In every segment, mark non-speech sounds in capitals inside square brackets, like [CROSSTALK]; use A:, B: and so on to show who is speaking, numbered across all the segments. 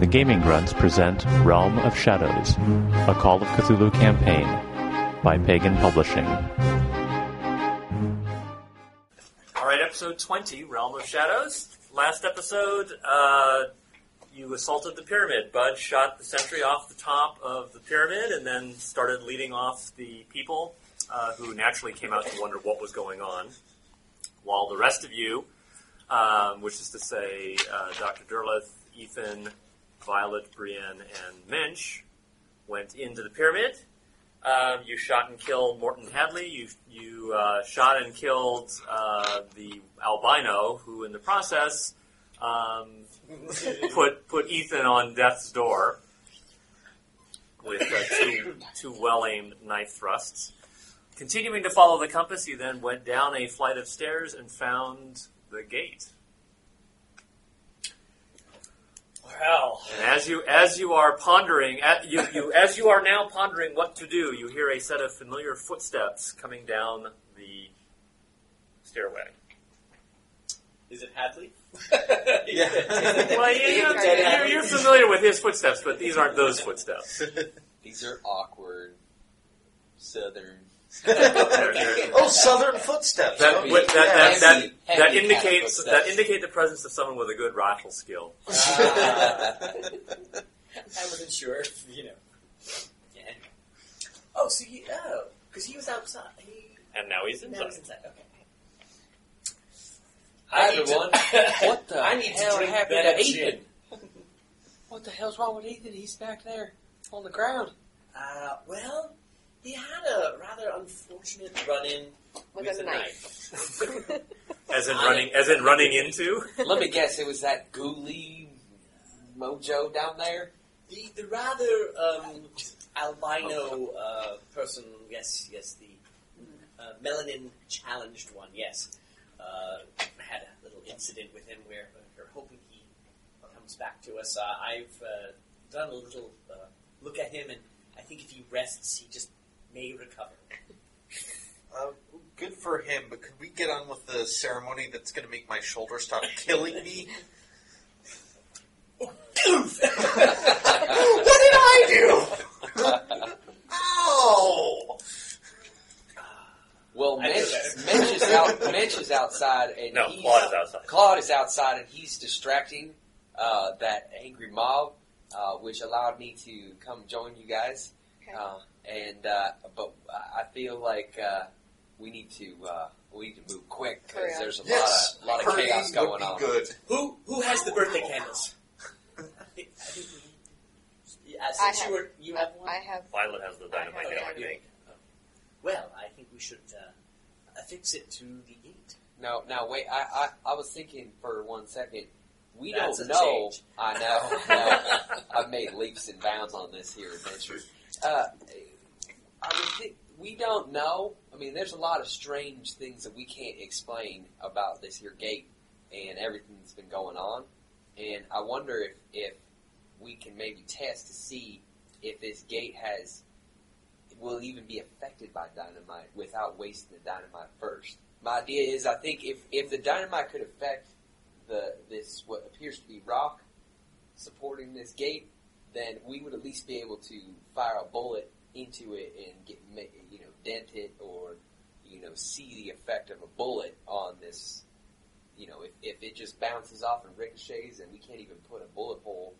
A: The Gaming Grunts present Realm of Shadows, a Call of Cthulhu campaign by Pagan Publishing.
B: All right, episode 20, Realm of Shadows. Last episode, uh, you assaulted the pyramid. Bud shot the sentry off the top of the pyramid and then started leading off the people, uh, who naturally came out to wonder what was going on. While the rest of you, um, which is to say uh, Dr. Derleth, Ethan, Violet, Brienne, and Mensch, went into the pyramid um, you shot and killed Morton Hadley. You you uh, shot and killed uh, the albino, who in the process um, put put Ethan on death's door with uh, two two well aimed knife thrusts. Continuing to follow the compass, you then went down a flight of stairs and found the gate.
C: Wow.
B: And as you as you are pondering, at, you, you as you are now pondering what to do, you hear a set of familiar footsteps coming down the stairway.
C: Is it Hadley?
B: [LAUGHS] Well, you, you,
D: Dead
B: you're, you're familiar with his footsteps, but these aren't those footsteps.
D: These are awkward
B: [LAUGHS]
D: southern.
B: They're- they're-
E: Oh, southern footsteps.
B: that,
E: okay.
B: wi- that, that,
D: Heavy-
B: that, that
D: heavy
B: indicates
D: footsteps.
B: that indicate the presence of someone with a good rifle skill.
D: [LAUGHS]
C: Oh, I wasn't sure, if, you know. Yeah, anyway. Oh, so you, oh, because he was outside. He,
B: And now he's
C: no, he
B: inside.
C: was inside, okay.
D: Hi,
C: need to- [LAUGHS]
D: everyone. what the
C: I need to
D: hell
C: drink
D: happened
C: better
D: to Ethan?
C: gin.
D: [LAUGHS] What the hell's wrong with Ethan? He's back there on the ground.
C: Uh, well, he had a rather unfortunate run-in
F: With a
C: knife.
B: As in running, as in running into.
D: Let me guess, it was that ghouly mojo down there?
C: the, the rather um, albino uh, person, yes, yes, the uh, melanin-challenged one, yes, uh, had a little incident with him where we're hoping he comes back to us. Uh, I've uh, done a little uh, look at him, and I think if he rests, he just may recover.
E: Uh, good for him, but could we get on with the ceremony that's going to make my shoulder stop killing
D: [LAUGHS]
E: me? what did I
D: [LAUGHS]
E: do? Oh! Ow!
D: Well,
C: I
D: Mitch,
C: did that.
D: [LAUGHS] Mitch, is out, Mitch is outside, and
B: No,
D: he's,
B: Claude is outside.
D: Claude is outside, and he's distracting uh, that angry mob, uh, which allowed me to come join you guys.
F: Okay.
D: Uh, and uh, but I feel like uh, we need to uh, we need to move quick because
F: Hurry
D: there's a
E: Yes,
D: lot of lot of
E: hurry
D: chaos
E: would
D: going
E: be
D: on. [LAUGHS]
E: good.
C: Who who has the birthday candles? I think, I think we, yeah,
F: I
C: since
F: have-
C: you were you have one.
F: I have.
B: Violet has the dynamite
F: I
B: now,
D: Oh,
B: I
F: have
B: think.
C: Oh. Well, I think we should uh, affix it to the gate.
D: No, no, wait. I, I, I was thinking for one second. We
C: That's
D: don't
C: a
D: know.
C: change.
D: I know. no, I've made leaps and bounds on this here adventure. Uh, I would think we don't know. I mean, there's a lot of strange things that we can't explain about this here gate and everything that's been going on. And I wonder if, if we can maybe test to see if this gate has will even be affected by dynamite without wasting the dynamite first. My idea is I think if, if the dynamite could affect the this what appears to be rock supporting this gate, then we would at least be able to fire a bullet into it and get ma- you know dent it or you know see the effect of a bullet on this. You know, if, if it just bounces off and ricochets and we can't even put a bullet hole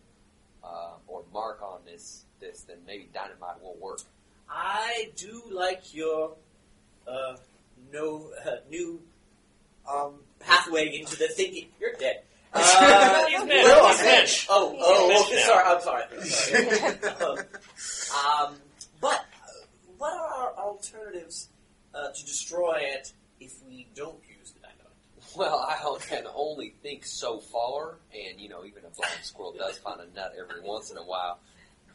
D: uh, or mark on this this, then maybe dynamite will work.
C: I do like your uh, no uh, new
E: Um,
C: pathway into the thinking. You're dead. Uh,
B: He's mad.
C: well,
B: He's
C: I-
B: mad.
C: Oh, oh,
B: He's mad
C: sorry. I'm sorry. I'm
E: [LAUGHS]
C: sorry. [LAUGHS] um, but uh, what are our alternatives uh, to destroy it if we don't use the dynamite?
D: Well, I o- can only think so far, and you know, even a blind squirrel does find a nut every once in a while.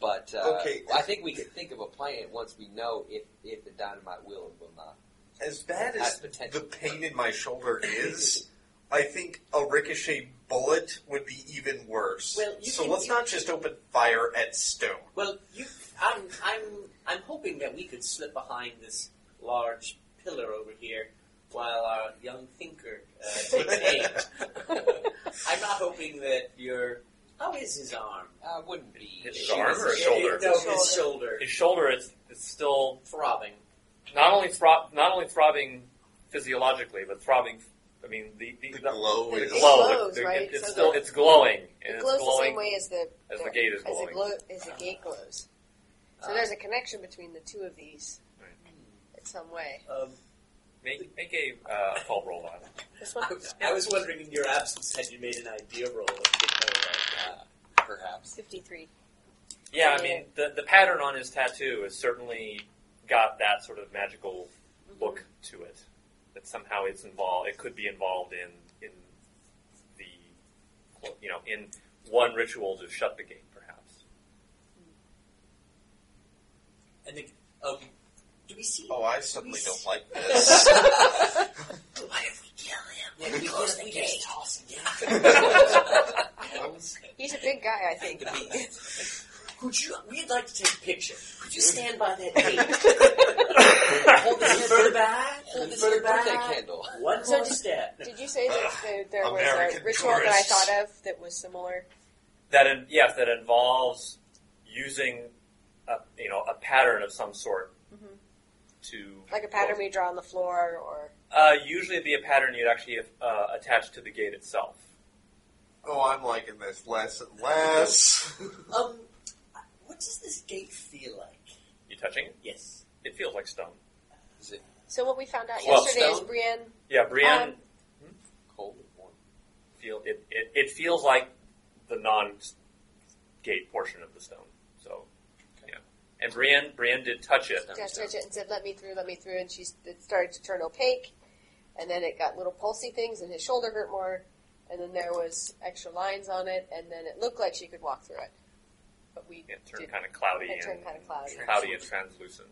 D: But uh,
E: Okay.
D: I think we could think of a plan once we know if, if the dynamite will or will not.
E: as bad
D: Has
E: as
D: potential.
E: the pain in my shoulder is, I think a ricochet bullet would be even worse.
C: Well, you
E: so
C: can-
E: let's not just open fire at stone.
C: Well, you, I'm, I'm, I'm hoping that we could slip behind this large pillar over here while our young thinker uh, takes aim. I'm not hoping that your how is his arm?
D: I wouldn't be.
B: His
D: she
B: arm
D: was-
B: or his
D: yeah,
B: shoulder?
D: No,
C: his
D: his shoulder.
C: shoulder.
B: His shoulder is, is still
C: Throbbing.
B: not only throb, not only throbbing physiologically, but throbbing. I mean, the the,
E: The glow
B: the
E: is.
F: It
B: glow.
F: glows,
B: the- the-
F: right?
B: it- it's
F: So
B: still
F: the-
B: it's glowing. And
F: It
B: it's
F: glows the
B: glowing
F: same way as the
B: as the gate is
F: as the
B: glowing. Uh,
F: glow as the gate glows. So there's a connection between the two of these in some way.
C: Um,
B: Make, make a uh, occult roll on. it.
F: This
C: I,
F: one,
C: was- I was wondering in your absence had you made an idea roll of it
D: Uh, perhaps.
F: fifty-three.
B: Yeah, I mean the the pattern on his tattoo has certainly got that sort of magical
F: Mm-hmm.
B: look to it. That somehow it's involved. It could be involved in in the you know in one ritual to shut the gate, perhaps.
C: and the, um, do we see? [LAUGHS]
E: Oh, I suddenly don't like this.
C: What
F: if we kill him?
C: if we
F: Close
C: just,
F: the
C: we
F: gate.
C: just toss [LAUGHS] him down?
F: He's a big guy, I think.
C: [LAUGHS] Could you? We'd like to take a picture. Could you stand by [LAUGHS] that Hold this here
D: Further
C: further back. Hold this here
D: birthday
C: back.
D: candle.
C: One
F: So
C: more
F: just-
C: step.
F: Did you say that
B: [SIGHS]
F: there, there was a
E: American
F: ritual
E: tourists.
F: that I thought of that was similar?
B: That in, yes, that involves using a you know a pattern of some sort
F: Mhm.
B: to
F: Like a pattern we draw on the floor, or
B: Uh, usually, it'd be a pattern you'd actually uh, attach to the gate itself.
E: oh, I'm liking this less and less. [LAUGHS]
C: Um, what does this gate feel like?
B: You touching it?
C: Yes.
B: It feels like stone.
D: Is it
F: so. What we found out
D: Well,
F: yesterday is
D: stone.
F: Brienne.
B: Yeah, Brienne
F: Um,
D: cold or warm?
B: feel it, it. It feels like the non-gate portion of the stone. So, yeah. And Brienne, Brienne did touch it.
F: just touched it and said, "Let me through, let me through," and she s- it started to turn opaque, and then it got little pulsy things, and his shoulder hurt more, and then there was extra lines on it, and then it looked like she could walk through it, but we
B: It turned
F: did.
B: kind of cloudy
F: It turned
B: and
F: kinda cloudy.
B: and translucent.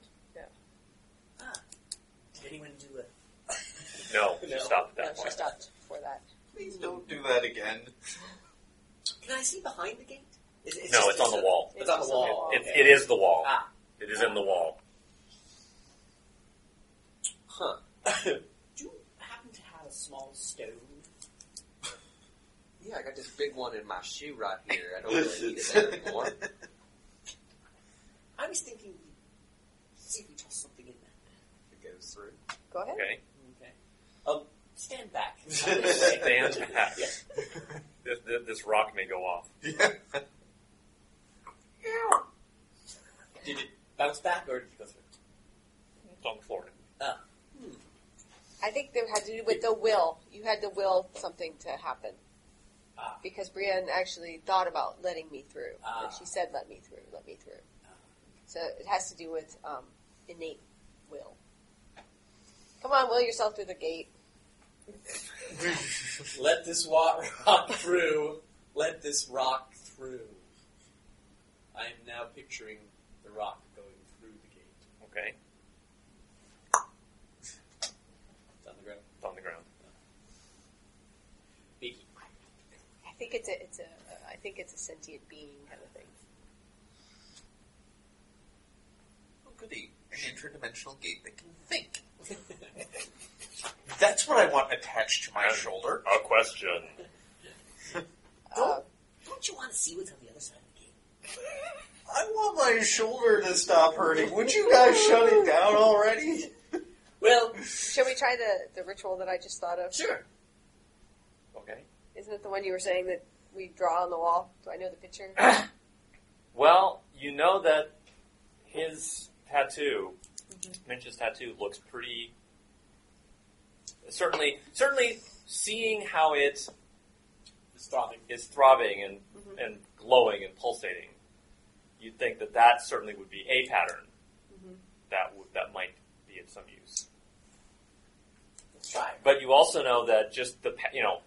C: Did anyone do a?
B: No, she
C: No.
B: stopped at
F: no,
B: that
F: she
B: point.
F: stopped before that.
E: Please don't do that again.
C: Can I see behind the gate? Is,
B: No, it's on the
C: a-
B: wall.
C: It's on the
F: It's on the
C: wall.
F: wall.
B: It,
C: okay.
B: it is the wall.
C: Ah.
B: It is in the wall.
D: Huh.
C: do you happen to have a small stone?
D: Yeah, I got this big one in my shoe right here. I don't really need it there
C: [LAUGHS]
D: anymore.
C: I was thinking, see if we toss something in there.
D: It goes through.
F: Go ahead.
B: Okay.
C: Okay. Um, stand [LAUGHS] back.
B: Stand back.
C: Yeah.
B: This, this, this rock may go off.
C: Did it bounce back or did it go through?
B: It's on the floor.
F: I think that had to do with the will. You had to will something to happen.
C: Ah.
F: Because Brienne actually thought about letting me through.
C: Ah.
F: And she said, let me through, let me through. So it has to do with um, innate will. Come on, will yourself through the gate.
C: Let this wa- rock through. Let this rock through. I am now picturing the rock going through the gate.
B: Okay.
C: It's on the ground.
B: It's on the ground.
C: Biggie.
F: I think it's a, it's a, I think it's a sentient being kind of thing.
E: Oh, goody. An interdimensional gate that can think. That's what I want attached to my
B: Um,
E: shoulder.
B: A question.
F: Uh,
C: Don't you want to see what's on the other side of the gate?
E: I want my shoulder to stop hurting. Would you guys shut it down already?
C: Well,
F: shall we try the, the ritual that I just thought of?
C: sure.
B: Okay.
F: Isn't it the one you were saying that we draw on the wall? Do I know the picture?
B: Well, you know that his tattoo, Minch's tattoo, looks pretty. Certainly, certainly, seeing how it
C: It's throbbing.
B: is throbbing and and glowing and pulsating, you'd think that that certainly would be a pattern that would that might be of some use.
C: Let's try it.
B: But you also know that just the pa- you know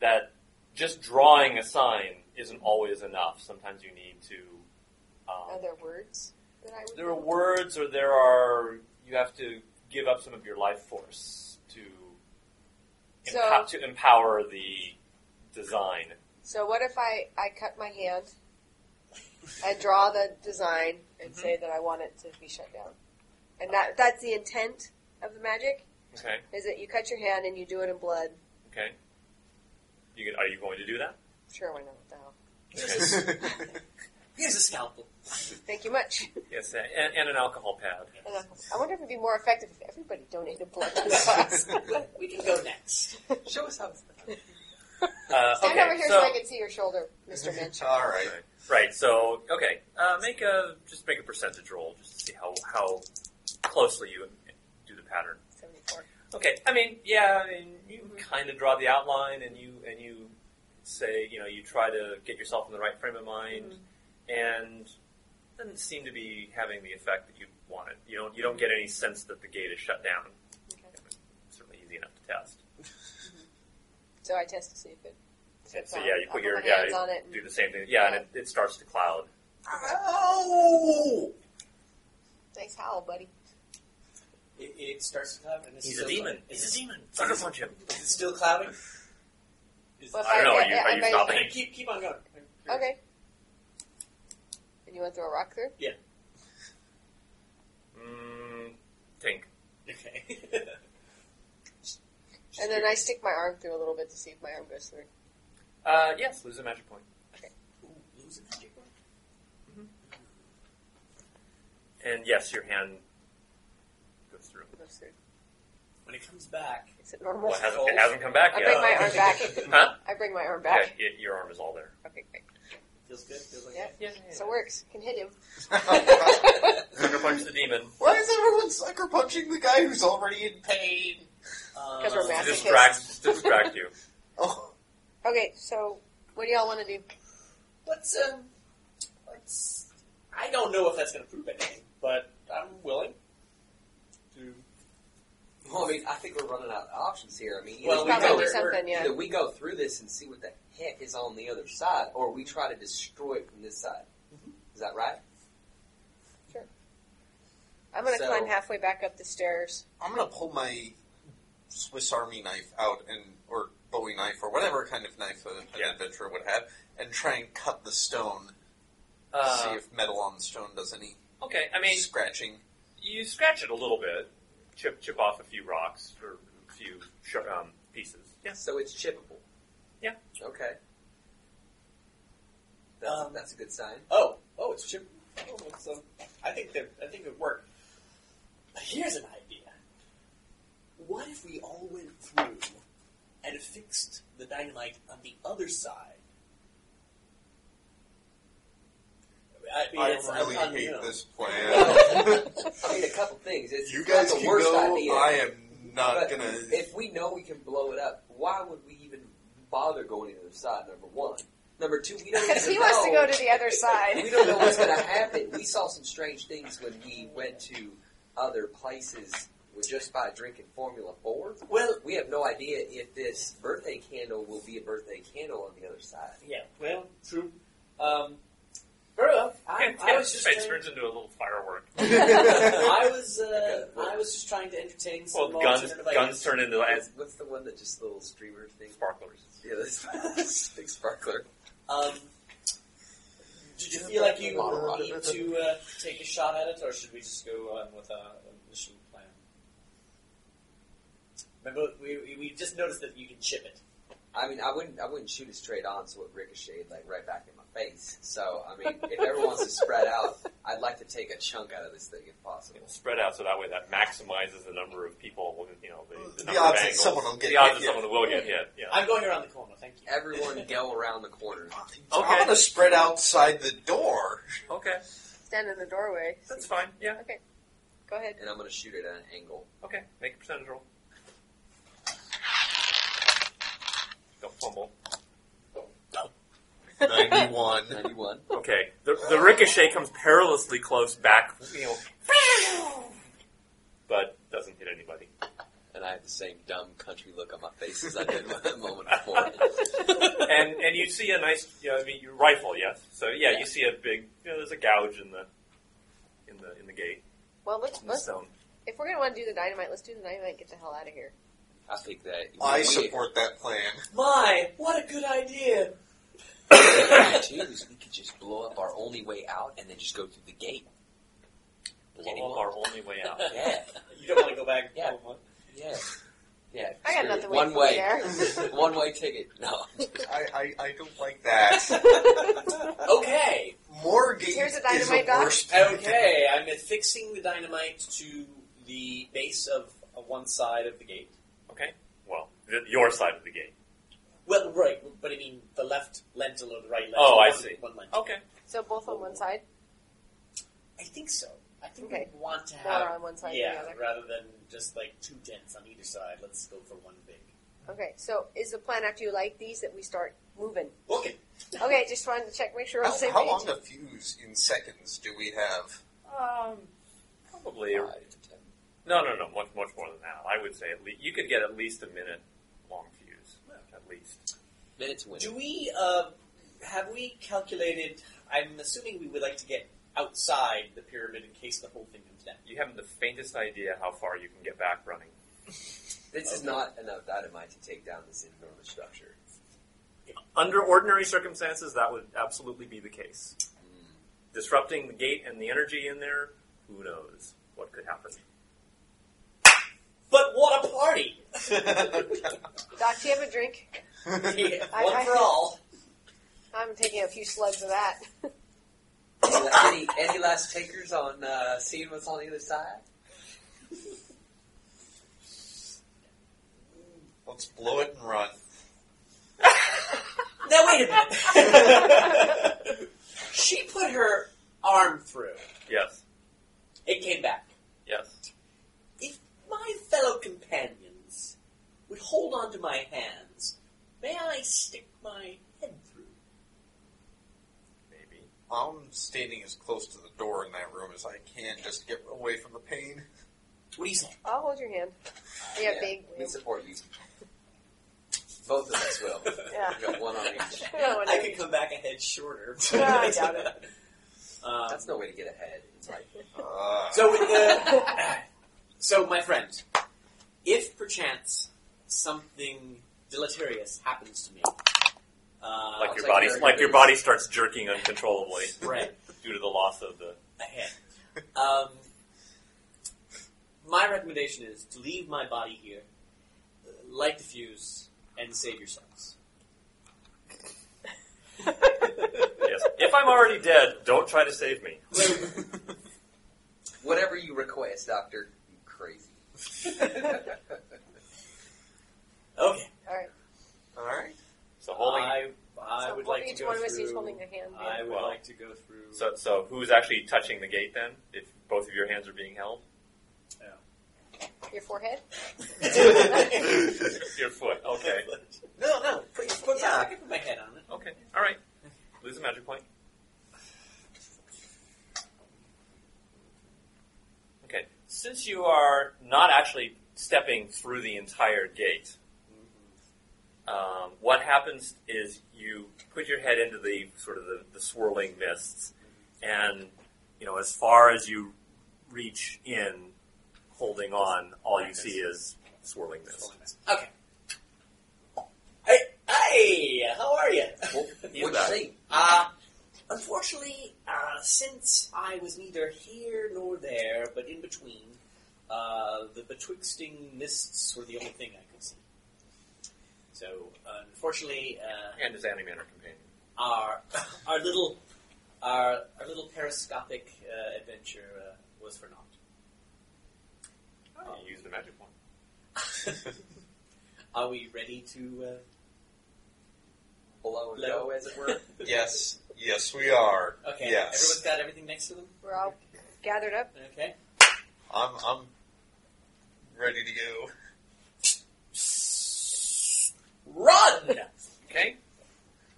B: that just drawing a sign isn't always enough. Sometimes you need to. Um,
F: Are there words that I would
B: there are words or there are you have to give up some of your life force to
F: So-
B: empo- to empower the design
F: So what if I, I cut my hand, I draw the design,
B: Mm-hmm.
F: and say that I want it to be shut down, and that that's the intent of the magic
B: okay
F: is that you cut your hand and you do it in blood.
B: okay you can, are you going to do that
C: [LAUGHS]
F: Sure, why not? What the hell? Thank
B: [LAUGHS]
F: you much.
B: Yes, and, and an alcohol pad.
F: And I- I wonder if it'd be more effective if everybody donated blood to the box.
C: [LAUGHS] We can go next.
D: Show us how it's done.
B: Uh,
F: Stand [LAUGHS]
B: okay,
F: over here so,
B: so,
F: I can see your shoulder,
B: [LAUGHS]
F: Mr. Minch.
E: All right.
B: right. So okay, uh, make a just make a percentage roll just to see how how closely you do the pattern.
F: 74.
B: Okay, I mean, yeah, I mean, you kind of draw the outline, and you and you say, you know, you try to get yourself in the right frame of mind, and it doesn't seem to be having the effect that you wanted. You don't you don't get any sense that the gate is shut down.
F: Okay.
B: Certainly easy enough to test.
F: So I test to see if it.
B: And
F: fits
B: so
F: on.
B: yeah, you
F: I'll
B: put your
F: my
B: yeah,
F: hands
B: you
F: on it. and-
B: do the same thing. Yeah, and it, it starts to cloud.
E: Oh!
F: Nice howl, buddy.
C: It, it starts to cloud, and it's
B: He's a
C: still
B: demon.
C: clouding.
B: He's
C: Is
B: a
C: it,
B: demon. Sucker punch him.
C: is it still clouding? Is-
F: Well, if
B: I don't know. Are you,
F: I-
B: are you
F: I-
B: stopping?
C: Hey, keep keep on going.
F: Okay. And you want to throw a rock through?
B: Mm, think.
C: Okay.
F: And then I stick my arm through a little bit to see if my arm goes through.
B: Uh, yes, lose a magic point.
C: [LAUGHS] Ooh, lose a magic one.
B: And yes, your hand goes through.
F: Goes through.
C: When it comes back,
F: Is it normal?
B: Well, it hasn't, it hasn't come back
F: I
B: yet.
F: bring
B: [LAUGHS]
F: my arm back.
B: Huh?
F: I bring my arm
B: Yeah,
F: back.
B: y- your arm is all there.
F: Okay, great.
C: feels good. Feels like
F: Yeah.
C: that.
F: So it works. Can hit him.
E: Oh,
F: [LAUGHS]
B: Sucker punch the demon
E: [LAUGHS] Why is everyone sucker punching the guy who's already in pain?
F: Because we're
C: Um,
B: to
F: massive.
B: distract, just to distract you.
E: Oh,
F: Okay, so what do y'all want to do?
C: Let's um, let's. [LAUGHS] I don't know if that's going to prove anything, but I'm willing to.
D: Well, I mean, I think we're running out of options here. I mean, either
C: Well,
D: we
F: Probably
D: go,
F: do
C: we're-
F: something, yeah.
D: either we go through this and see what the heck is on the other side, or we try to destroy it from this side.
F: Mm-hmm.
D: Is that right?
F: I'm going to
D: So-
F: climb halfway back up the stairs.
E: I'm gonna pull my Swiss Army knife out and or Bowie knife or whatever kind of knife a, an
B: Yeah.
E: adventurer would have, and try and cut the stone. see
B: Uh,
E: if metal on the stone does any
B: okay, I mean,
E: scratching.
B: you scratch it a little bit, chip chip off a few rocks or a few sh- um, pieces. Yes.
D: So it's chippable.
B: Yeah.
D: Okay. That's,
C: Um,
D: that's a good sign.
C: Oh, oh, it's Chip. Oh, it's, um, I think that I think it worked. Here's an idea. What if we all went through and fixed the dynamite on the other side? I mean, it's,
E: I really
C: I'm,
E: hate
C: you know,
E: this
D: No.
E: plan.
D: I mean, a couple things. It's,
E: you
D: it's
E: guys
D: not the
E: can
D: worst
E: go.
D: idea.
E: I am not
D: but
E: gonna. [LAUGHS]
D: If we know we can blow it up, why would we even bother going to the other side? Number one. Number two, we don't.
F: Because
D: even
F: [LAUGHS] he wants to
D: know-
F: go to the other
D: We [LAUGHS]
F: side.
D: don't know what's
F: [LAUGHS]
D: going to happen. We saw some strange things when we went to other places with- just by drinking Formula 4.
C: Well,
D: We have no idea if this birthday candle will be a birthday candle on the other side.
C: yeah, well, true. Um, very [LAUGHS] well. I,
B: And,
C: I was just.
B: it
C: trying-
B: turns into a little firework.
C: I was [LAUGHS] uh, I was just trying to entertain
B: Well,
C: some
B: guns
C: alternative ideas.
B: guns turn into
D: What's,
B: as
D: what's the one that just the little streamer thing?
B: sparklers.
D: Yeah, that's [LAUGHS] big sparkler.
C: Um, did you feel like you need to uh, take a shot at it, or should we just go on with a, a mission plan? Remember, we, we- we just noticed that you can chip it.
D: I mean, I wouldn't, I wouldn't shoot it straight on, so it ricocheted like right back in my face. So, I mean, if everyone's to spread out, I'd like to take a chunk out of this thing if possible.
B: It'll spread out so that way that maximizes the number of people. You know, the, the,
E: The
B: number
E: odds
B: of
E: that
B: angles.
E: someone will get
B: the odds
E: hit,
B: that
E: yeah.
B: someone will get hit. Yeah.
C: I'm going around the corner. Thank you.
D: Everyone go around the corner.
E: I'm gonna spread outside the door.
B: Okay,
F: Stand in the doorway.
B: that's fine. Yeah.
F: Go ahead.
D: and I'm going to shoot it at an angle.
B: Okay, make a percentage roll. Don't fumble.
E: Ninety-one. [LAUGHS]
D: 91.
B: Okay, the, the ricochet comes perilously close back, you know, but doesn't hit anybody.
D: And I have the same dumb country look on my face as I did [LAUGHS] a moment before.
B: And and you see a nice, you know, I mean, your rifle, yes. So yeah, you see a big, you know, there's a gouge in the in the in the gate
F: Well, let's,
B: in the
F: let's
B: stone.
F: if we're going to want to do the dynamite, let's do the dynamite and get the hell out of here.
D: I think that
E: I
D: we-
E: support that plan.
C: My, what a good idea!
D: what we could do is we could just blow up our only way out and then just go through the gate.
B: Blow up our only way [LAUGHS] out.
D: [LAUGHS] Yeah,
C: [LAUGHS] You don't want to go back.
D: Yeah.
C: Oh, what?
D: yeah, yeah.
F: I got
D: Screw it.
F: nothing
D: One
F: waiting for me
D: way,
F: there.
D: [LAUGHS] one way ticket. No,
E: I, I, I don't like that.
C: okay.
E: More gates
F: Here's a
E: is
F: dynamite
E: the
F: dot?
E: worst. thing to
C: Okay, I'm affixing the dynamite to the base of uh, one side of the gate.
B: Okay. Well, th- your side of the gate.
C: Well, right, but I mean the left lentil or the right lentil.
B: Oh, I
C: one-
B: see.
C: One lentil.
B: Okay.
F: So both on one side,
C: I think so. I think
F: Okay.
C: we want to
F: more
C: have
F: on one side
C: Uh, yeah,
F: than the other.
C: rather than just like two dents on either side. Let's go for one big.
F: Okay. So is the plan after you light these that we start moving?
C: Okay.
F: Okay. Just wanted to check, make sure we're on the
E: How,
F: same
E: how
F: page.
E: long a fuse in seconds do we have? [LAUGHS]
B: Um, probably.
D: Five to ten.
B: No, no, no. Much, much more than that. I would say at least you could get at least a minute long fuse. At least.
D: [LAUGHS] Minutes win.
C: Do we uh, have we calculated? I'm assuming we would like to get outside the pyramid in case the whole thing comes down.
B: You haven't the faintest idea how far you can get back running.
D: This is not enough dynamite to take down this enormous structure.
B: Under ordinary circumstances, that would absolutely be the case. Hmm. Disrupting the gate and the energy in there, who knows what could happen.
C: But what a party!
F: Doc, do you have a drink? I-
C: One for all.
F: I'm taking a few slugs of that.
D: [LAUGHS] any, any last takers on uh, seeing what's on the other side?
E: Let's blow it and run.
C: Now wait a minute. she put her arm through.
B: Yes,
C: It came back.
B: yes.
C: If my fellow companions would hold on to my hands, may I stick my head through?
B: Maybe.
E: I'm standing as close to the door in that room as I can just to get away from the pain.
C: What do you say?
F: I'll hold your hand. Yeah, big.
D: We support you. Both of us will.
C: [LAUGHS]
F: Yeah.
D: We got one on each.
F: No,
C: I could come back a head shorter.
F: Yeah, I doubt it.
C: Um,
D: Uh, That's no way to get ahead. It's like
E: Uh,
C: So with the [LAUGHS] so my friend, if perchance something deleterious happens to me, uh,
B: Like
D: it's
B: your
D: like
B: body,
D: your-
B: like your body starts jerking uncontrollably
C: [LAUGHS] right
B: [LAUGHS] due to the loss of the.
C: ahead. Um, my recommendation is to leave my body here, uh, light the fuse, and save yourselves.
B: Yes. If I'm already dead, don't try to save me.
D: whatever you request, Doctor. You crazy. [LAUGHS]
C: Okay.
F: All right.
E: all right.
B: So holding.
C: I, I
F: so
C: would
F: what-
C: like
F: each
C: to go
F: one of us
C: through.
F: is holding their hand. yeah.
C: I would
B: Well,
C: like to go through.
B: So, so who's actually touching the gate then? If both of your hands are being held,
F: Your forehead.
B: your foot. Okay.
C: no, no. Put, put
D: Yeah.
C: my, I can put my head on it.
B: Okay. All right. Lose a magic point. Okay. Since you are not actually stepping through the entire gate, um, what happens is you put your head into the sort of the, the swirling mists, and you know as far as you reach in, holding on, all you see is swirling mist.
C: Okay. Hey, hey, how are you?
D: Well,
B: You
D: what you
B: bet.
D: think?
C: Uh, unfortunately, uh, since I was neither here nor there, but in between, uh, the betwixting mists were the only thing I could see. So, uh, unfortunately, uh,
B: And his animator companion.
C: our [COUGHS] our little our, our little periscopic uh, adventure uh, was for
B: Oh. You used a magic point.
D: [LAUGHS]
C: naught. Are we ready to? Uh,
D: Blow and
C: Blow.
D: go, as it
C: [LAUGHS]
D: were.
E: [LAUGHS] Yes. Yes, we are.
C: Okay.
E: Yes.
C: Everyone's got everything next to them.
F: We're all gathered up.
C: Okay.
E: I'm. I'm ready to go.
C: Run.
B: Okay.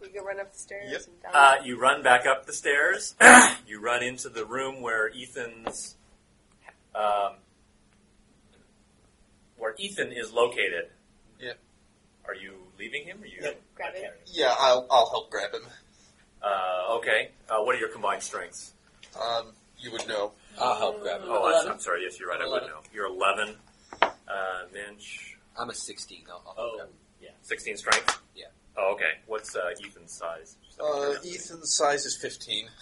F: We go run up the stairs
E: Yep.
F: and down.
B: Uh, you run back up the stairs. [CLEARS THROAT] you run into the room where Ethan's, um, where Ethan is located.
E: Yep.
B: Are you leaving him? Are you?
C: Yep.
F: Grab it.
E: Yeah, I'll. I'll help grab him.
B: Uh, okay. Uh, what are your combined strengths?
E: Um, you would know.
D: I'll help grab it.
B: Oh, I'm,
C: Eleven.
B: I'm sorry. Yes, you're right. I would
C: Eleven.
B: know. You're 11. Uh, Minch,
D: I'm a 16. I'll, I'll help
C: Oh,
D: grab it.
B: 16 strength.
D: Yeah.
B: Oh, okay. What's uh, Ethan's size?
E: Uh, Ethan's size is 15. Not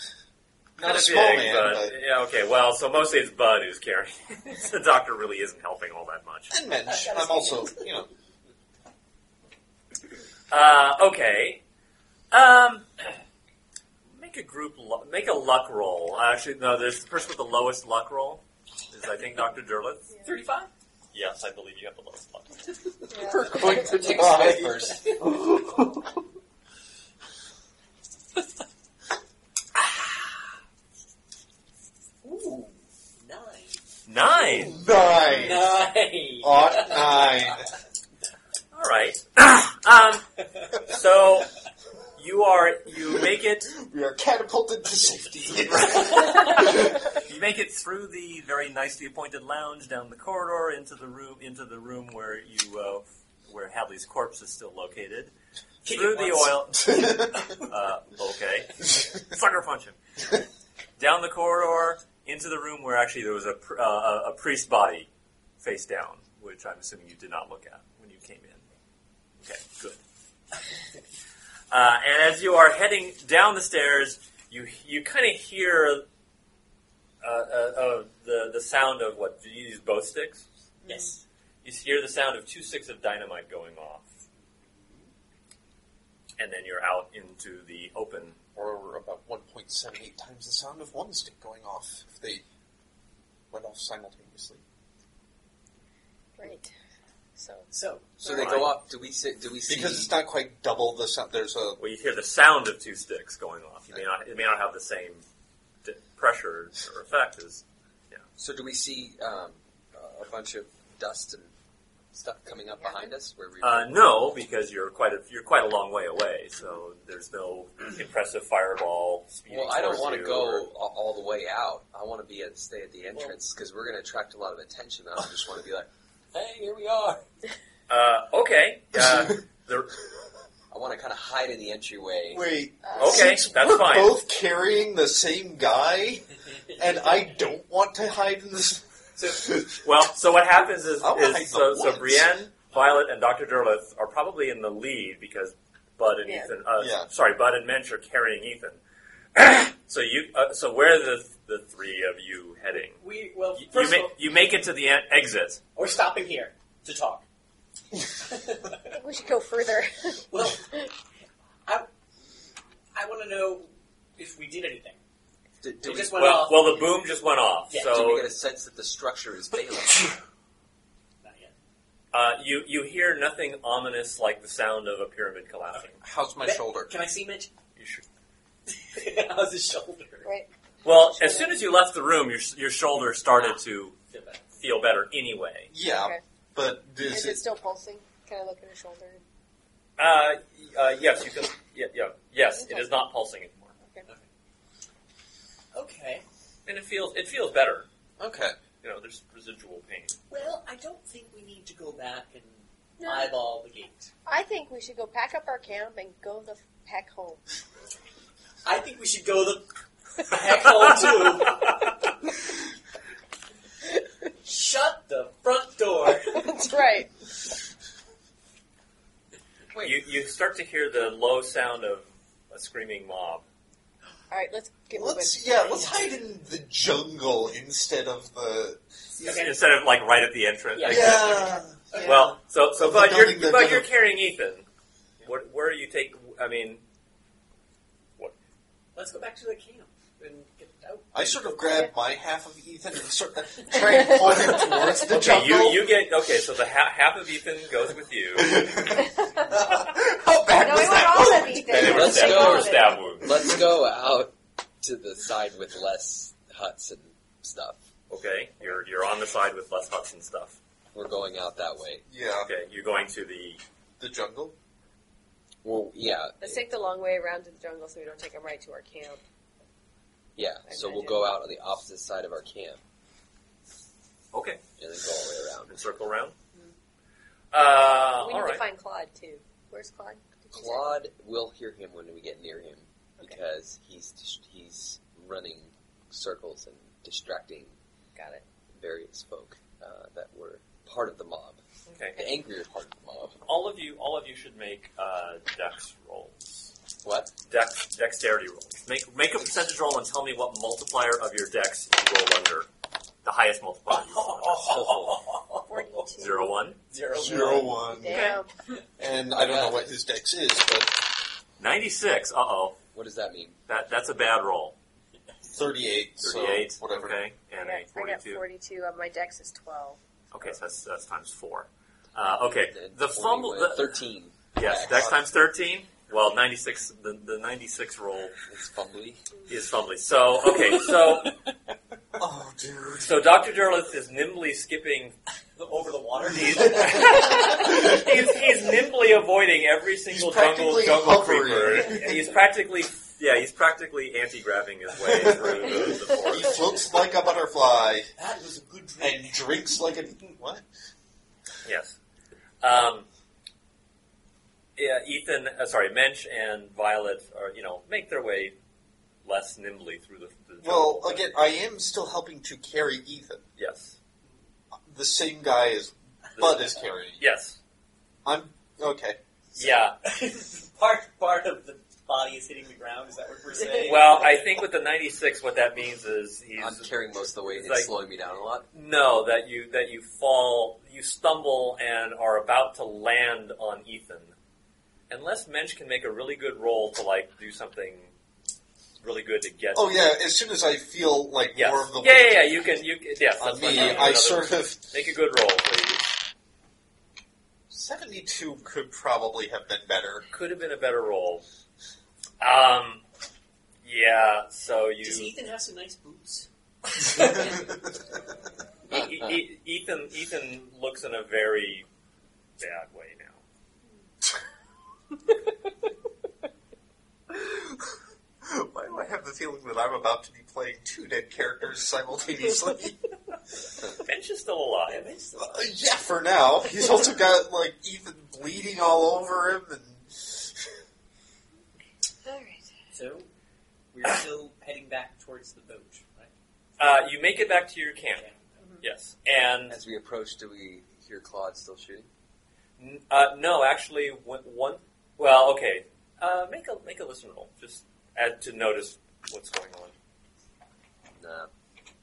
B: Kinda
E: a small
B: big,
E: man,
B: but,
E: but-
B: yeah. Okay. Well, so mostly it's Bud who's carrying. [LAUGHS] the doctor really isn't helping all that much.
E: and mensch. I'm also, you know,
B: Uh, okay. Um, make make a group lu- make a luck roll. Uh, Actually, no. There's the person with the lowest luck roll is I think Dr. Derlitz.
C: 35?
B: Yes, I believe you have the lowest luck.
F: Yeah.
D: Going to Dick
E: die.
D: first.
C: Ooh, 9.
B: Nine.
E: Nine.
C: 9!
E: Ought nine.
B: All right. [COUGHS] um, so you are you make it
E: We are catapulted to [LAUGHS] safety.
B: You make it through the very nicely appointed lounge down the corridor into the room into the room where you uh, where Hadley's corpse is still located.
C: Kick
B: through
C: it
B: the
C: once.
B: oil. Uh, okay, [LAUGHS] sucker punch him. Down the corridor into the room where actually there was a pr- uh, a- a priest's body face down, which I'm assuming you did not look at when you came in. Okay, good. Uh, and as you are heading down the stairs, you you kind of hear uh, uh, uh, the the sound of what? Do you use both sticks?
C: Yes.
B: You hear the sound of two sticks of dynamite going off, and then you're out into the open.
E: [LAUGHS] or about 1.78 times the sound of one stick going off if they went off simultaneously.
F: Right. So
C: So,
D: So they go up. Do we see? Do we see?
E: Because it's not quite double the sound. There's a
B: Well, you hear the sound of two sticks going off. You may not it may not have the same d- pressure or effect as
D: so do we see um, uh, a bunch of dust and stuff coming up behind us? Where we
B: Uh, no, because you're quite a you're quite a long way away, so there's no impressive fireball. speeding
D: Well, I don't
B: towards
D: want to
B: you
D: go
B: or-
D: a- all the way out. I want to be at stay at the entrance because we're going to attract a lot of attention. I don't just want to be like, hey, here we are.
B: Uh, okay.
E: [LAUGHS]
B: Uh, the,
D: I want to kind of hide in the entryway.
E: wait. [LAUGHS]
F: uh,
B: okay,
E: Since
B: that's
E: we're
B: fine.
E: Both carrying the same guy, [LAUGHS] and I don't want to hide in this. [LAUGHS]
B: Well, so what happens is,
E: I wanna hide in
B: is so,
E: the
B: so
E: woods.
B: Brienne, Violet, and Doctor Derleth are probably in the lead because Bud and
F: Yeah.
B: Ethan, uh,
E: Yeah.
B: sorry, Bud and Mensch are carrying Ethan. [CLEARS THROAT] so you, uh, so where are the the three of you heading?
C: we, well,
B: You, you,
C: first
B: ma-
C: of all,
B: you make it to the en- exit.
C: we're stopping here to talk.
F: I think we should go further. [LAUGHS]
C: well,
D: [LAUGHS]
C: I, I want to know if we did anything.
D: Did, did
C: We
D: we,
C: just went
B: Well,
C: off.
B: well, the boom just went off.
C: uh, Yeah.
B: so
D: did we get a sense that the structure is failing?
B: [LAUGHS]
C: Not yet.
B: Uh, you you hear nothing ominous like the sound of a pyramid collapsing.
E: How's my
C: That-
E: shoulder?
C: Can I see Mitch?
B: You should-
C: [LAUGHS] How's his shoulder?
F: right.
B: Well, as soon as you left the room, your your shoulder started to
C: Feel better.
B: feel better anyway.
E: Yeah,
F: Okay.
E: but
F: Is
E: is
F: it
E: it?
F: still pulsing? Can I look at her shoulder?
B: Uh, uh, yes, you can. Yeah, yeah, yes, it
F: Okay.
B: is not pulsing anymore,
C: Okay.
B: and it feels it feels better.
E: Okay.
B: You know, there's residual pain.
C: Well, I don't think we [LAUGHS] need to go back and
F: No.
C: eyeball the gate.
F: I think we should go pack up our camp and go the f- heck home.
C: I think we should go [LAUGHS] the heck hole too. Shut the front door.
F: [LAUGHS]
C: [LAUGHS]
F: That's right.
D: Wait,
B: You you start to hear the low sound of a screaming mob.
F: All right, let's get
E: Let's yeah. Let's
F: [LAUGHS]
E: hide in the jungle instead of the.
C: Okay.
B: Instead of like right at the entrance.
C: Yeah.
B: exit.
C: Okay.
B: Well, so so
E: Of the
B: Bud, you're
E: building they're
B: Bud,
E: gonna-
B: you're carrying Ethan. What where are you take? I mean,
C: let's go back to the camp and get out.
E: I sort of grab my half of Ethan and sort of try and pull him towards
B: [LAUGHS]
E: the
B: okay,
E: jungle.
B: you you get okay. So the ha- half of Ethan goes with you.
E: [LAUGHS] How bad
F: No,
E: was
F: we
E: that?
F: want all
E: moment?
F: of Ethan.
B: And they were
D: Let's
B: stab,
D: go.
B: they were stab wounds.
D: Let's go out to the side with less huts and stuff.
B: Okay, you're you're on the side with Les Hudson stuff.
D: We're going out that way.
E: Yeah,
B: Okay, you're going to the
E: the jungle.
D: Well, yeah,
F: Let's take the long way around to the jungle so we don't take them right to our camp.
D: yeah. So we'll go out on the opposite side of our camp
B: okay
D: and then go all the way around.
B: and circle around. Uh,
F: Mm-hmm. we need
B: all
F: to
B: right.
F: find Claude too. Where's Claude? Did you say?
D: Claude will hear him when we get near him
F: Okay.
D: because he's dis- he's running circles and distracting
F: Got it.
D: various folk uh, that were part of the mob,
B: Okay,
D: the angrier part of the mob.
B: all of you, all of you should make uh, dex rolls,
D: What?
B: dex dexterity rolls. Make make a percentage roll and tell me what multiplier of your dex you roll under. The highest multiplier. you roll under.
F: Forty-two.
B: Zero one.
C: Zero.
E: Zero one,
F: Damn.
E: and I don't know what his dex is, but
B: Ninety six. Uh oh.
D: What does that mean?
B: That that's a bad roll.
E: 38, so
B: Thirty-eight,
E: whatever.
B: okay, and
F: I
B: a
F: got, I got
B: forty-two.
F: 42. Uh, my dex is 12.
B: Okay, so that's, that's times four. Uh, okay,
D: Then
B: the
D: 40
B: fumble.
D: with
B: The,
D: Thirteen.
B: yes, dex times thirteen. Well, ninety-six. The, the ninety-six roll
D: It's fumbly.
B: is fumbly. So okay, so
E: Oh,
B: [LAUGHS]
E: dude.
B: so Doctor Derleth is nimbly skipping
C: The- over the water.
B: He's, he's, he's nimbly avoiding every single jungle
E: practically
B: jungle
E: hovering.
B: creeper. He's practically yeah, he's practically anti-grabbing his way through the, the
E: He
B: forest.
E: floats like a butterfly
C: That was a good drink.
E: and drinks like a. [LAUGHS] What?
B: Yes. Um, yeah, Ethan, uh, sorry, Mensch and Violet are you know make their way less nimbly through the, the jungle.
E: Well, again, uh, I am still helping to carry Ethan.
B: yes,
E: The same guy as Bud is carrying.
B: yes,
E: I'm. Okay.
B: yeah.
C: part part of the body is hitting the ground. Is that what we're [LAUGHS] saying?
B: Well, I think with the ninety-six, what that means is he's
D: I'm carrying most of the weight. It's
B: Like-
D: slowing me down a lot.
B: No, that you that you fall, you stumble, and are about to land on Ethan. Unless Mensch can make a really good roll to like do something really good to get.
E: Oh, yeah, as soon as I feel like
B: yes.
E: more of the
B: yeah,
E: weight
B: yeah, yeah. You can, you can- yes.
E: on
B: that's what
E: me,
B: I'm-
E: I
B: another-
E: sort of.
B: make a good roll, please.
E: 72 could probably have been
B: [LAUGHS]
E: better.
B: Could have been a better roll. Um, yeah. So you.
C: Does Ethan have some nice boots?
B: E- E- E- Ethan Ethan looks in a very bad way now.
E: Why do I have the feeling that I'm about to be playing two dead characters
B: [LAUGHS]
E: simultaneously?
B: Mensch is still alive.
E: Uh, yeah, for now. He's also got, like, Ethan bleeding all over him, and
F: All right.
C: So we're still heading back towards the boat, right?
B: Uh, you make it back to your camp. Yes, and
D: As we approach, do we hear Claude still shooting?
B: N- Uh, no, actually, one. one well, okay. Uh, make a make a listen roll, just add to notice what's going on.
D: Nah.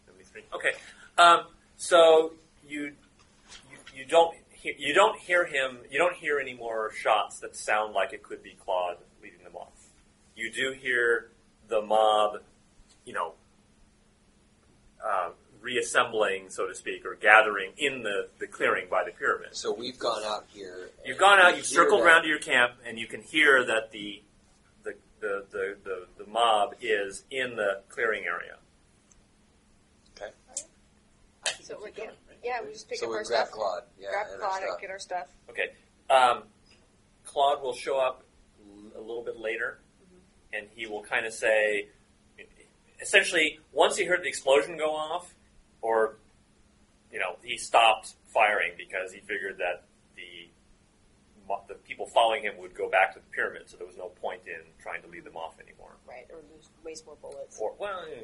B: Seventy-three. Okay. Um, so you, you you don't he- you don't hear him. You don't hear any more shots that sound like it could be Claude leading them off. You do hear the mob, you know, uh, reassembling, so to speak, or gathering in the, the clearing by the pyramid.
D: So we've gone out here.
B: You've gone out, you've
D: Hear
B: circled
D: that.
B: around to your camp, and you can hear that the the, the, the, the, the mob is in the clearing area.
C: I think
F: So
C: we
F: we're
C: keep going, right?
F: Yeah, we just pick
D: so
F: up
D: we
F: our
D: grab
F: stuff.
D: Claude. Yeah,
F: grab
D: and our
F: Claude and
D: stuff.
F: get our stuff.
B: Okay. Um, Claude will show up l- a little bit later, and he will kind of say, essentially, once he heard the explosion go off, or you know, he stopped firing because he figured that the mo- the people following him would go back to the pyramid, so there was no point in trying to lead them off anymore.
F: Right, or lose, waste more bullets.
B: Or well, eh,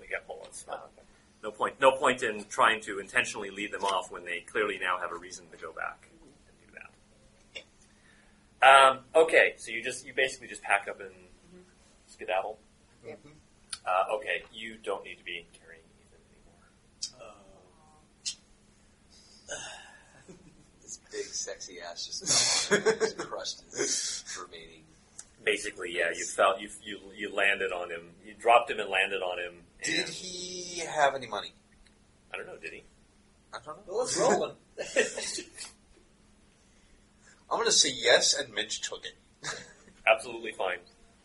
B: we got bullets. No point. No point in trying to intentionally lead them off when they clearly now have a reason to go back and do that. Um, okay, so you just you basically just pack up and
E: Mm-hmm.
B: skedaddle.
F: Yep.
B: Uh, okay, you don't need to be carrying Ethan anymore. Oh,
D: This big sexy ass just, fell on him, just [LAUGHS] crushed his remaining.
B: Basically, yeah, you felt you you you landed on him. You dropped him and landed on him.
E: did
B: and-
E: he have any money?
B: I don't know. Did he?
E: I don't know.
C: Well, let's roll one.
E: [LAUGHS] I'm going to say yes, and Minch took it.
B: [LAUGHS] Absolutely fine.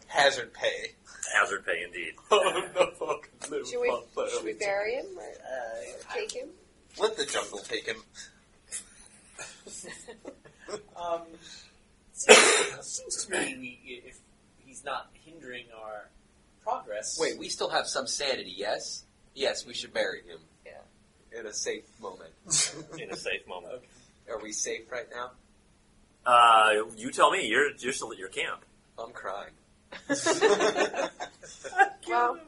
E: Hazard pay. [LAUGHS]
B: Hazard pay, indeed.
E: Oh,
F: Should we, should we bury him or
C: Uh,
F: take him?
E: Let the jungle take him.
C: Um, [COUGHS] seems, seems to me we, if he's not hindering our progress.
D: Wait, we still have some sanity, yes? Yes, we should bury him.
F: Yeah.
D: In a safe moment.
B: In a safe moment.
D: Are we safe right now?
B: Uh, you tell me. You're you're still at your camp.
D: I'm crying.
F: Well,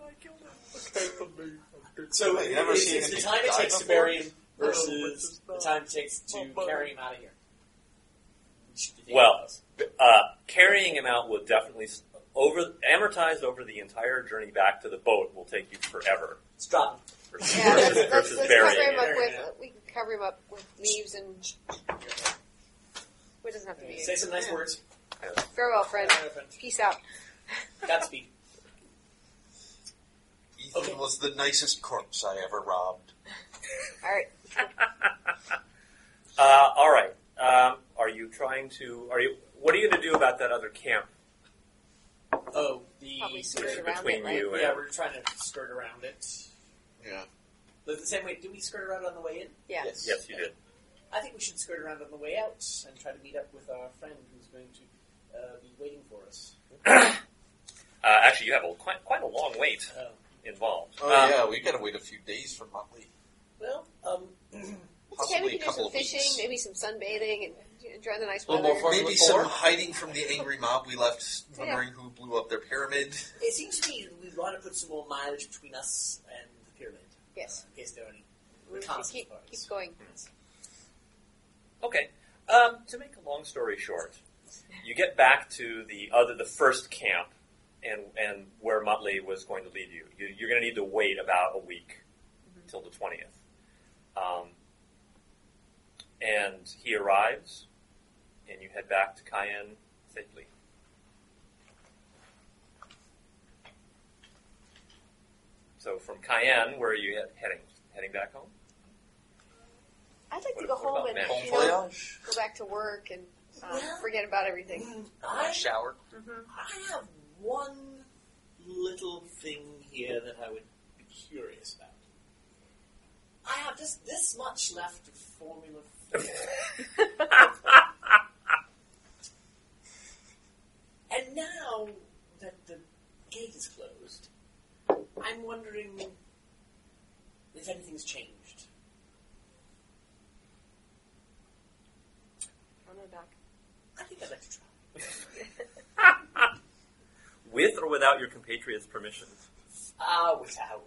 C: so
E: Wait, you never
C: it's,
E: seen
C: it's the
E: anything
C: time it
E: die
C: takes to
E: before?
C: bury him [LAUGHS] versus the time it takes to carry him out of here.
B: Well, uh, carrying him out will definitely s- over amortized over the entire journey back to the boat will take you forever.
C: let's drop him.
B: Versus,
F: yeah, let's,
B: versus,
F: let's,
B: versus
F: let's cover
B: burying
F: him up
B: him.
C: it.
F: with, we can cover him up with leaves and, it doesn't have to be,
C: Say some nice words.
F: farewell friend,
C: Friend.
F: peace out.
C: Godspeed.
E: Ethan
C: Okay.
E: was the nicest corpse I ever robbed.
F: All right.
B: [LAUGHS] Uh, all right. Um, are you trying to? Are you? What are you going to do about that other camp
C: Oh, the
F: Probably
B: that's
F: skirt around
B: between
F: it, right?
B: you
C: yeah,
B: and?
C: we're trying to skirt around it.
E: Yeah.
C: But the same way, do we skirt around on the way in?
F: Yeah.
E: Yes.
B: Yes, you did.
C: I think we should skirt around on the way out and try to meet up with our friend who's going to uh, be waiting for us.
B: Uh, actually, you have a, quite quite a long wait
C: Oh.
B: involved.
E: Oh
B: Um,
E: yeah, we gotta wait a few days for Motley.
C: Well, um, [CLEARS THROAT]
F: Let's see,
E: Possibly
F: we
E: a
F: can do
E: couple
F: some
E: of
F: fishing,
E: weeks.
F: maybe some sunbathing, and enjoy the nice
D: Little
F: weather.
D: more fun.
E: Maybe
D: Before?
E: some hiding from the angry mob we left,
F: Yeah.
E: wondering who blew up their pyramid.
C: it seems to me we want to put some more mileage between us and the pyramid.
F: Yes.
C: Uh, in case there are any
F: We should
C: reconnaissance
F: keep,
C: parties.
F: keep going.
B: Okay. Um, to make a long story short, you get back to the other, the first camp, and and where Muttley was going to lead you. you you're going to need to wait about a week till the twentieth. Um, and he arrives, and you head back to Cayenne safely. So from Cayenne, where are you he- heading? Heading back home?
F: I'd like to
B: What-
F: go
B: what
F: home
B: about
F: and
B: now?
E: Home
F: you know,
E: voyage.
F: go back to work and um,
C: Well-
F: forget about everything.
E: [LAUGHS]
C: I,
E: Shower.
F: Mm-hmm.
C: I have one little thing here that I would be curious about. I have just this much left of Formula 4. and now that the gate is closed, I'm wondering if anything's changed.
F: I don't know, Doc.
C: I think I'd like to try.
B: With or without your compatriots' permission
C: Ah, [LAUGHS] without.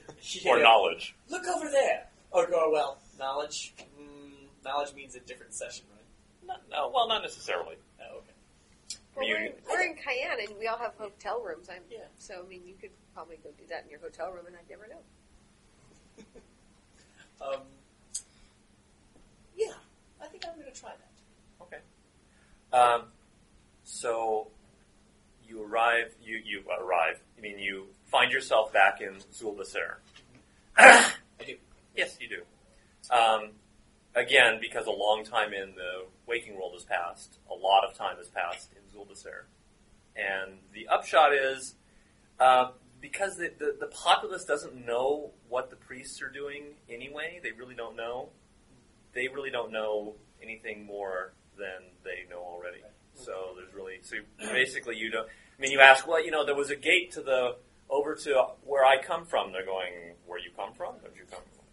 B: or
C: Yeah.
B: knowledge?
C: Look over there. Or, or well, knowledge. Mm, knowledge means a different session, right?
B: Not, no, well, not necessarily.
C: Oh, okay.
F: Well, we're, in,
B: Reunion.
F: we're in Cayenne, and we all have hotel rooms. I'm,
C: Yeah.
F: So, I mean, you could probably go do that in your hotel room, and I'd never know.
C: Um, yeah, I think I'm going to try that.
B: Okay. Um, so you arrive. You you arrive. I mean, you find yourself back in Zulbasar.
C: I do.
B: Yes, you do. Um, again, because a long time in the waking world has passed, a lot of time has passed in Zulbasar, and the upshot is uh, because the, the the populace doesn't know what the priests are doing anyway. They really don't know. They really don't know anything more than they know already. So there's really so basically you don't. I mean, you ask, well, you know, there was a gate to the over to where I come from. They're going, where you come from? Don't you come from?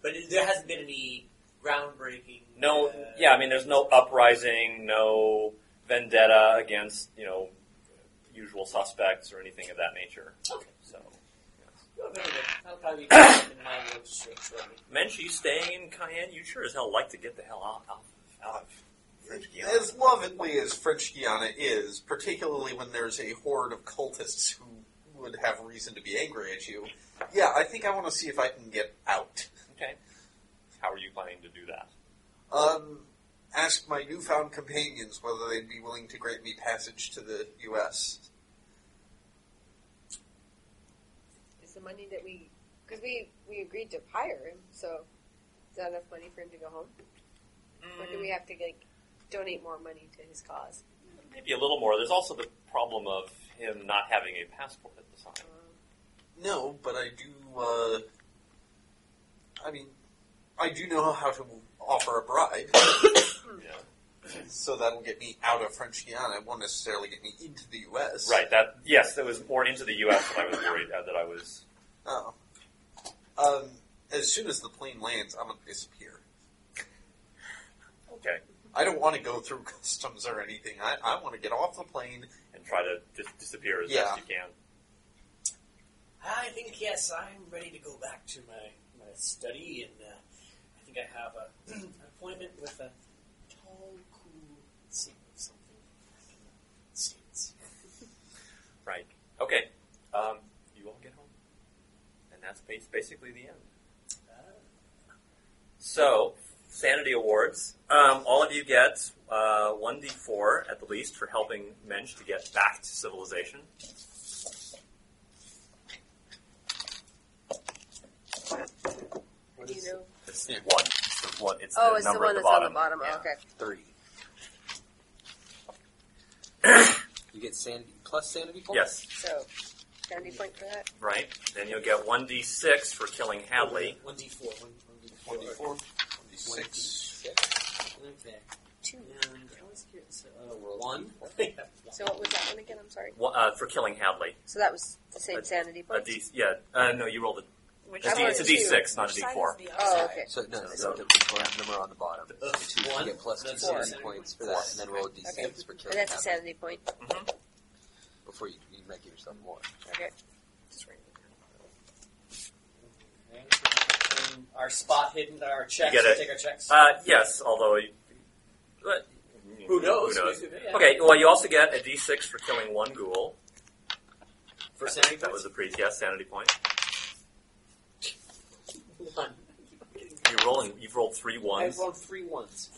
C: But it- there hasn't been any groundbreaking.
B: No,
C: uh,
B: yeah, I mean, there's no uprising, no vendetta against, you know, usual suspects or anything of that nature.
C: Okay.
B: So,
C: Oh, very good. I'll probably be [COUGHS] back in my world short- shortly.
B: Mensch, you staying in Cayenne? You sure as hell like to get the hell out, out, out of French Guiana.
E: As lovely as French Guiana is, particularly when there's a horde of cultists who would have reason to be angry at you, yeah, I think I want to see if I can get out.
B: Okay. How are you planning to do that?
E: Um, ask my newfound companions whether they'd be willing to grant me passage to the U.S.
F: Is the money that we, because we, we agreed to hire him, so is that enough money for him to go home? Or do we have to like donate more money to his cause?
B: Maybe a little more. There's also the problem of him not having a passport at the time.
E: No, but I do. Uh, I mean, I do know how to offer a bribe.
F: Hmm.
E: So that'll get me out of French Guiana. It won't necessarily get me into the U.S.
B: Right. That yes, that was more into the U.S. than I was worried uh, that I was.
E: Oh. Um, as soon as the plane lands, I'm gonna disappear.
B: Okay.
E: I don't want to go through [LAUGHS] customs or anything. I, I want to get off the plane.
B: And try to dis- disappear as
E: Yeah.
B: best you can.
C: I think, yes, I'm ready to go back to my, my study, and uh, I think I have a, [CLEARS THROAT] an appointment with a tall, cool singer or something back in the States.
B: Right. Okay. Um, you all get home, and that's bas- basically the end.
C: Uh,
B: So, sanity awards. Um, all of you get uh, 1d4 at the least for helping Mensch to get back to civilization.
F: Do you know?
B: It's the one. It's the one. It's
F: Oh,
B: the
F: it's the
B: number at the
F: one that's
B: bottom.
F: on the bottom.
B: Yeah.
F: okay.
D: Three.
B: [CLEARS THROAT]
D: you get sanity plus sanity points.
B: Yes,
F: So, sanity point for that.
B: right. Then you'll get 1d6 for killing Hadley.
C: One D four. One D four.
E: 24,
D: One,
E: 26.
F: Two.
C: One.
F: So what was that one again? I'm sorry.
B: One- Uh, for killing Hadley.
F: So that was the same
B: A-
F: sanity
B: A
F: point.
B: D, yeah. Uh, no, you rolled a.
G: Which
B: It's,
F: I
B: a D,
F: rolled
B: it's a
F: a
B: d6, not a
G: Which side
B: d4.
G: is the other
F: oh,
G: side?
F: okay.
D: So no, no,
B: So-
D: so the the number on the bottom. So
C: One.
D: You get plus two
F: Four.
D: sanity points for that, and then roll d6
F: Okay.
D: for killing
F: And that's a
D: half
F: sanity point.
D: before you, you make it yourself more.
F: Okay.
C: Um, Our spot hidden. Our checks.
B: You get it.
C: Take our checks.
B: Uh, yes, although. you- but-
C: Who knows?
B: Who knows?
C: Yeah.
B: Okay, well, you also get a d6 for killing one ghoul.
C: For sanity
B: That was a pretty, yeah, sanity point.
C: points? One.
B: You're rolling, you've rolled three
C: I
B: ones.
C: rolled three ones.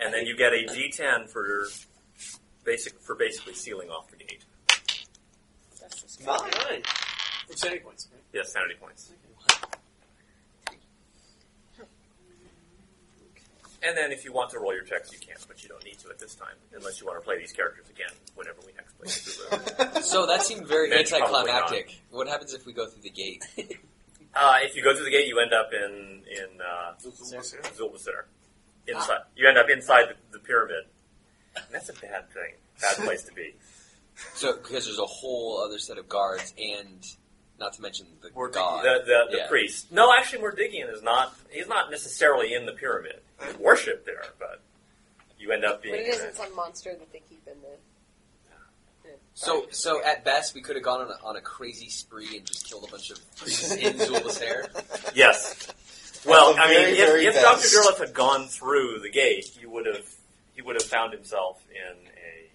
B: and then you get a D10 for basic for basically sealing off the gate.
F: That's just
C: Nine. For sanity points. Right?
B: Yes, sanity points. And then if you want to roll your checks, you can, but you don't need to at this time, unless you want to play these characters again whenever we next play [LAUGHS]
E: [LAUGHS]
B: Cthulhu.
D: So that seemed very
B: That's probably
D: anticlimactic. What happens if we go through the gate?
B: uh, if you go through the gate, you end up in in uh, Zulbasir. Inside, you end up inside the, the pyramid. And that's a bad thing. Bad place to be.
D: So because there's a whole other set of guards, and not to mention the
E: We're
D: god.
B: The the, the
D: Yeah.
B: priest. No, actually, Mordigian is not. He's not necessarily in the pyramid. He's worshipped there, but you end up
F: But
B: being.
F: it
B: in
F: isn't
B: it.
F: some monster that they keep in the.
D: So so at best we could have gone on a, on a crazy spree and just killed
B: [LAUGHS]
D: a bunch of priests in Zulbasair.
E: [LAUGHS]
B: Yes. Well,
E: the
B: I mean,
E: very, very
B: if, if Doctor
E: best.
B: Derleth had gone through the gate, he would have he would have found himself in a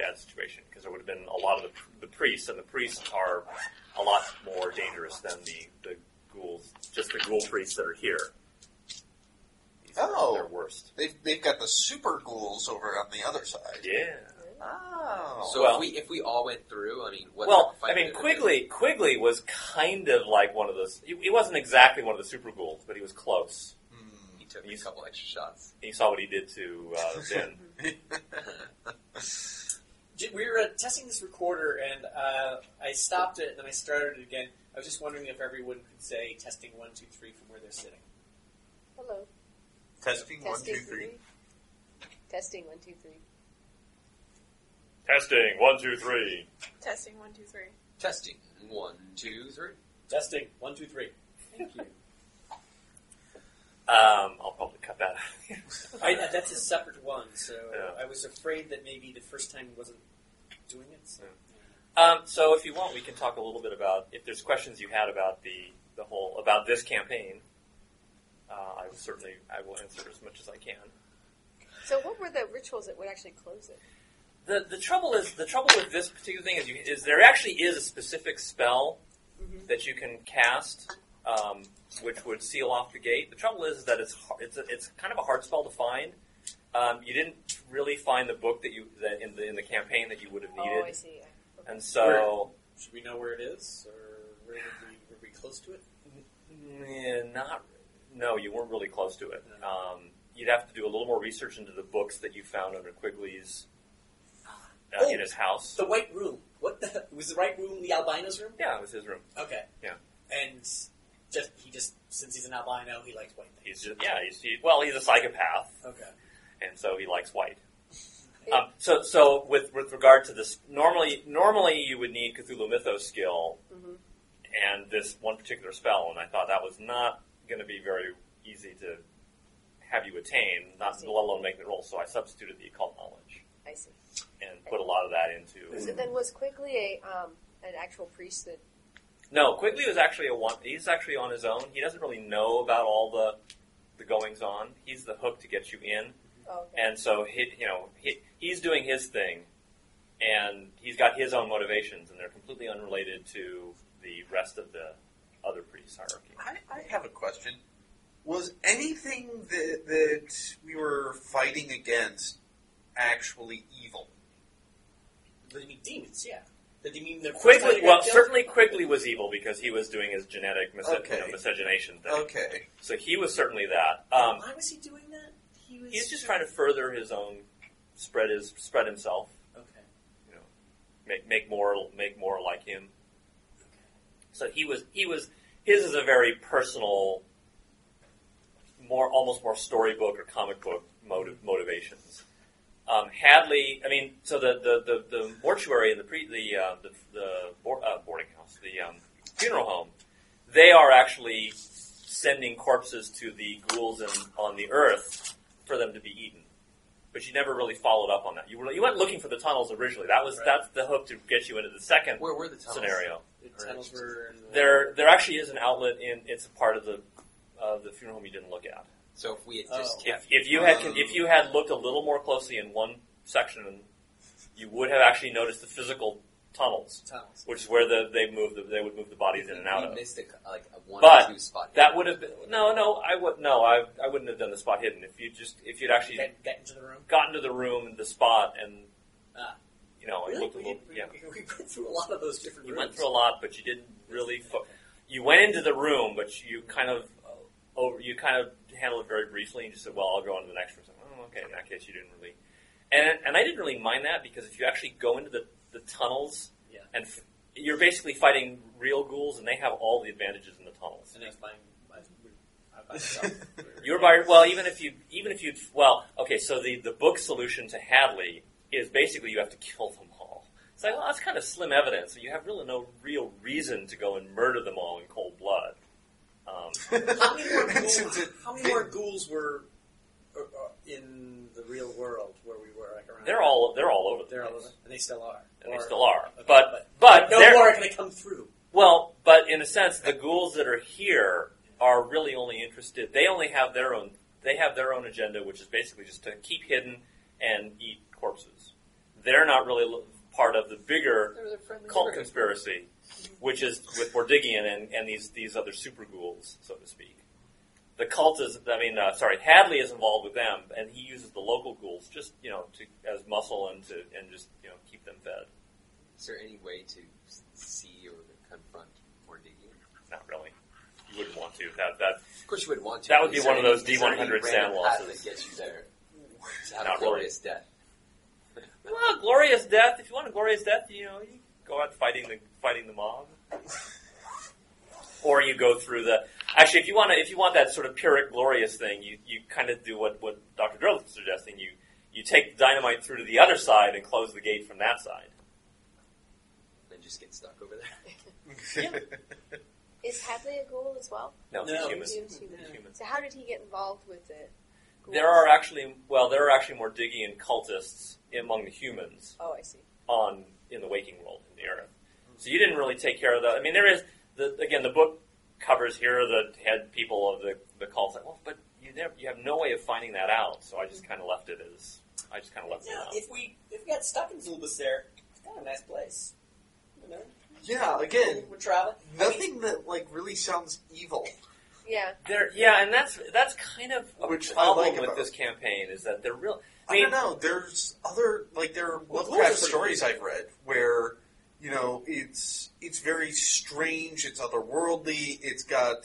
B: bad situation because there would have been a lot of the, the priests, and the priests are a lot more dangerous than the the ghouls, just the ghoul priests that are here. These are-
E: Oh.
B: they're worst.
E: They've, they've got the super ghouls over on the other side.
B: Yeah.
E: Oh.
D: So
B: Well-
D: if we if we all went through, I mean, what
B: Well,
D: fight
B: I mean,
D: would it
B: Quigley Quigley was kind of like one of those. He, he wasn't exactly one of the super ghouls, but he was close.
D: be? He took a couple
B: [LAUGHS]
D: extra shots.
B: He saw what he did to uh, Vin.
C: Did- We were uh, testing this recorder, and uh, I stopped it, and then I started it again. I was just wondering if everyone could say testing one, two, three from where they're sitting.
F: Hello.
E: Testing, one, two,
F: Testing
E: three.
F: Testing one two three.
B: Testing one two three.
G: Testing one, two, three.
D: Testing one, two, three.
C: Testing one, two, three. Thank you.
B: Um, I'll probably cut that.
F: [LAUGHS]
B: out.
C: I, uh, that's a separate one, so
B: Yeah.
C: I was afraid that maybe the first time wasn't doing it. So.
B: um, so if you want, we can talk a little bit about if there's questions you had about the the whole about this campaign. Uh, I will certainly I will answer as much as I can.
F: So what were the rituals that would actually close it?
B: The, the trouble is the trouble with this particular thing is, you, is there actually is a specific spell
F: Mm-hmm.
B: that you can cast, um, which would seal off the gate. The trouble is that it's har- it's a, it's kind of a hard spell to find. Um, you didn't really find the book that you that in the in the campaign that you would have
F: Oh, I
B: needed,
F: see.
B: and so
C: Should we know where it is, or where did we, were we close to it?
B: yeah, not no, you weren't really close to it. Um, you'd have to do a little more research into the books that you found under Quigley's uh,
F: Oh.
B: in his house.
C: The white room. What the? [LAUGHS] Was the right room the albino's room?
B: Yeah, it was his room.
C: Okay.
B: Yeah.
C: And just he just since he's an albino, he likes white things.
B: He's just yeah. He's he, well, he's a psychopath,
C: Okay.
B: and so he likes white. Um, so so with with regard to this, normally normally you would need Cthulhu Mythos skill,
F: Mhm.
B: and this one particular spell, and I thought that was not going to be very easy to have you attain, not
F: I see.
B: let alone make the roll. So I substituted the occult knowledge
F: I see.
B: and put a lot of that into.
F: So then was Quigley a um, an actual priest that
B: No, Quigley was actually a one. He's actually on his own. He doesn't really know about all the the goings on. He's the hook to get you in.
F: oh, okay.
B: And so he, you know, he, he's doing his thing, and he's got his own motivations, and they're completely unrelated to the rest of the other priest hierarchy.
E: I, I have a question. Was anything that, that we were fighting against actually evil?
C: But I mean, demons, yeah. Did you mean the
B: Quigley, well,
C: Killed?
B: certainly Quigley was evil because he was doing his genetic mis-
E: Okay.
B: you know, miscegenation thing.
E: Okay.
B: So he was certainly that. Um,
C: Why was he doing that? He was.
B: he's just trying to further his own spread his spread himself,
C: Okay.
B: make make more make more like him. So he was he was his is a very personal, more almost more storybook or comic book motive motivations. Um, Hadley, I mean, so the the, the, the mortuary and the pre the uh, the, the board, uh, boarding house, the um, funeral home, they are actually sending corpses to the ghouls in, on the earth for them to be eaten. But you never really followed up on that. You were you went looking for the tunnels originally. That was
C: Right.
B: that's the hope to get you into the second
D: Where were the tunnels?
B: scenario.
C: The
D: Or
C: tunnels were. in the-
B: There, there actually is an outlet in. It's a part of the of the funeral home you didn't look at.
D: So if we had just
C: Oh.
D: kept,
B: If, if you had if you had looked a little more closely in one section, you would have actually noticed the physical tunnels,
C: tunnels.
B: which is where the, they move the, they would move the bodies in and out
D: we
B: of.
D: missed a, like a one
B: But
D: or two spot.
B: That would have been no, no. I would no. I, I wouldn't have done the spot hidden if you just if you'd actually
C: Get, get into the room.
B: gotten to the room and the spot and
C: Ah.
B: you know and
C: Really?
B: Oh, looked a
C: We,
B: little
C: did- we,
B: yeah.
C: we went through a lot of those different
B: You
C: rooms.
B: went through a lot, but you didn't really. Fo- you went into the room, but you kind of uh, over. You kind of handled it very briefly, and just said, "Well, I'll go on to the next room." So, oh, okay. In that case, you didn't really. And and I didn't really mind that because if you actually go into the the tunnels,
C: Yeah.
B: and f- you're basically fighting real ghouls, and they have all the advantages in the tunnels.
C: And I was buying. I was- I was by myself. We were-
B: You were by well, even if you even if you well, okay. So the the book solution to Hadley is basically you have to kill them all. It's like well, that's kind of slim evidence. So you have really no real reason to go and murder them all in cold blood. Um,
C: How many
E: [LAUGHS]
C: more
E: Since
C: ghouls,
E: it-
C: how many
E: [LAUGHS]
C: more ghouls were uh, uh, in the real world where we were? Like around.
B: they're all they're all over the
C: They're all
B: place,
C: over, and they still are.
B: and they
C: Or-
B: still are.
C: okay,
B: but but
C: no
B: they're-
C: more are going to come through.
B: Well, but in a sense, the ghouls that are here are really only interested. They only have their own. They have their own agenda, which is basically just to keep hidden and eat corpses. They're not really lo- part of the bigger
D: There was a friendly
B: cult
D: neighborhood.
B: conspiracy, which is with Bordigian and, and these these other super ghouls, so to speak. The cult is, I mean, uh, sorry, Hadley is involved with them, and he uses the local ghouls just you know to as muscle and to and just you know keep them fed.
D: Is there any way to s- see or confront Mordigian?
B: Not really. You wouldn't want to. That that
D: Of course, you would want to.
B: That would be
D: Is there
B: one of those
D: any- is there any
B: D100
D: random
B: sand
D: path
B: losses.
D: that gets you there. To have
B: Not
D: a glorious death.
B: Well, glorious death. If you want a glorious death, you know, you go out fighting the fighting the mob, or you go through the. Actually, if you want to, if you want that sort of pyrrhic glorious thing, you, you kind of do what what Doctor Drill is suggesting. You you take the dynamite through to the other side and close the gate from that side.
D: and just get stuck over
C: [LAUGHS]
D: there.
F: Is Hadley a ghoul as well?
B: No, he's
C: No.
B: human.
F: He was
B: He's
F: human.
B: human.
F: So how did he get involved with it?
B: There are actually well, there are actually more Diggian cultists among the humans
F: Oh, I see.
B: on in the waking world in the earth. So you didn't really take care of that. I mean, there is the, again the book covers here are the head people of the the cult. Like, well, but you never you have no way of finding that out. So I just kind of left it as I just kind of left it
C: Yeah,
B: out.
C: if we if we got stuck in Zulbus there, it's kind of a nice place. You know,
E: yeah, again,
C: we're traveling.
E: nothing that like really sounds evil.
F: Yeah.
B: There, yeah, and that's that's kind of a
E: Which I
B: problem
E: like
B: with
E: about
B: this campaign is that they're real. I
E: I
B: mean,
E: don't know. There's other like there are
C: Well,
E: Lovecraft
C: those are pretty
E: stories I've read where you know it's it's very strange, it's otherworldly, it's got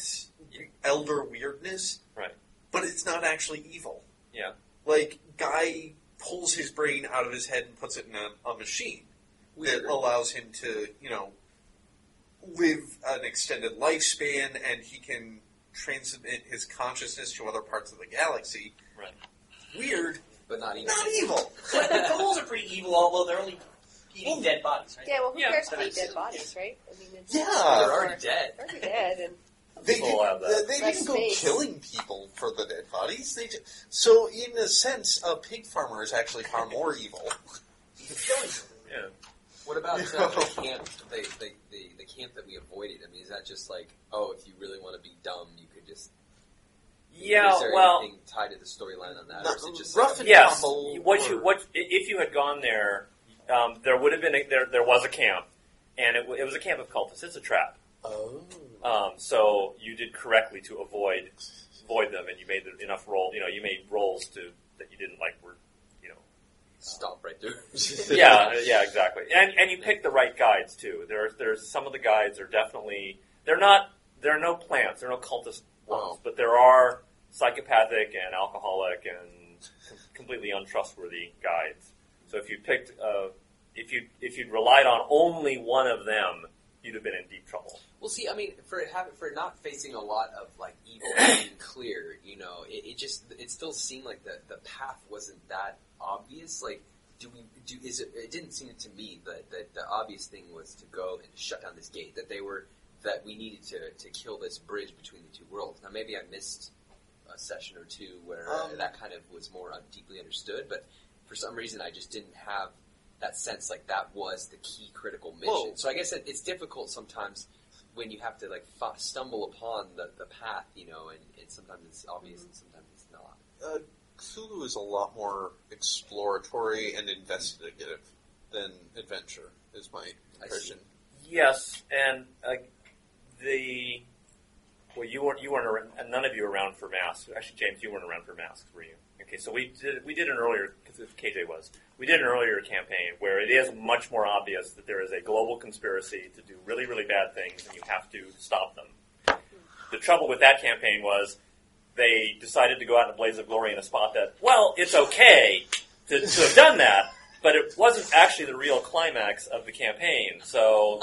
E: elder weirdness,
B: Right.
E: But it's not actually evil.
B: Yeah.
E: like guy pulls his brain out of his head and puts it in a, a machine
D: Weird.
E: that allows him to you know live an extended lifespan, and he can transmit his consciousness to other parts of the galaxy.
B: Right.
E: Weird,
D: but not even.
E: not evil.
C: But [LAUGHS] the ghouls are pretty evil, although they're only eating dead bodies, right? Uh,
F: Yeah, well, who
B: Yeah,
F: cares about
C: that's-
F: dead bodies, right? I mean, it's,
E: Yeah.
D: They're already dead.
F: They're already dead, and
E: They
B: People
E: didn't,
B: have that.
E: they
F: Less
E: didn't go
F: space.
E: killing people for the dead bodies. They just, so, in a sense, a pig farmer is actually far [LAUGHS] more evil.
B: Yeah.
D: What about
E: Yeah.
D: uh, the camp? The, the, the, the camp that we avoided. I mean, is that just like, oh, if you really want to be dumb, you could just.
B: Yeah.
D: Is there
B: Well,
D: anything tied to the storyline on that, or is it just
E: Rough
D: like,
E: and
B: yes.
E: tumble.
B: What you
E: or-
B: what i- if you had gone there? Um, there would have been a, there. There was a camp, and it, w- it was a camp of cultists. It's a trap.
E: Oh.
B: Um, so you did correctly to avoid avoid them, and you made the, enough roll. You know, you made rolls to that you didn't like were, you know,
D: Stomp right [LAUGHS] through.
B: yeah, yeah, exactly. And and you pick the right guides too. There's there's some of the guides are definitely they're not there are no plants, there are no cultist ones,
D: Oh.
B: but there are psychopathic and alcoholic and completely untrustworthy guides. So if you picked uh, if you if you'd relied on only one of them, you'd have been in deep trouble.
D: Well, see, I mean, for it have, for not facing a lot of like evil being clear, you know, it, it just it still seemed like the the path wasn't that obvious. Like, do we do? Is it? It didn't seem to me that that the obvious thing was to go and shut down this gate. That they were that we needed to to kill this bridge between the two worlds. Now, maybe I missed a session or two where uh,
E: Um.
D: that kind of was more uh, deeply understood, but for some reason, I just didn't have that sense like that was the key critical mission.
E: Whoa.
D: So I guess it, it's difficult sometimes when you have to like f- stumble upon the, the path, you know, and, and sometimes it's obvious and sometimes it's not.
E: Cthulhu is a lot more exploratory and investigative than adventure, is my impression.
B: Yes, and uh, the well, you weren't you weren't around, and none of you were around for masks. Actually, James, you weren't around for masks, were you? Okay, so we did we did an earlier because KJ was we did an earlier campaign where it is much more obvious that there is a global conspiracy to do really really bad things, and you have to stop them. The trouble with that campaign was they decided to go out in a blaze of glory in a spot that well, it's okay to, to have done that. But it wasn't actually the real climax of the campaign, so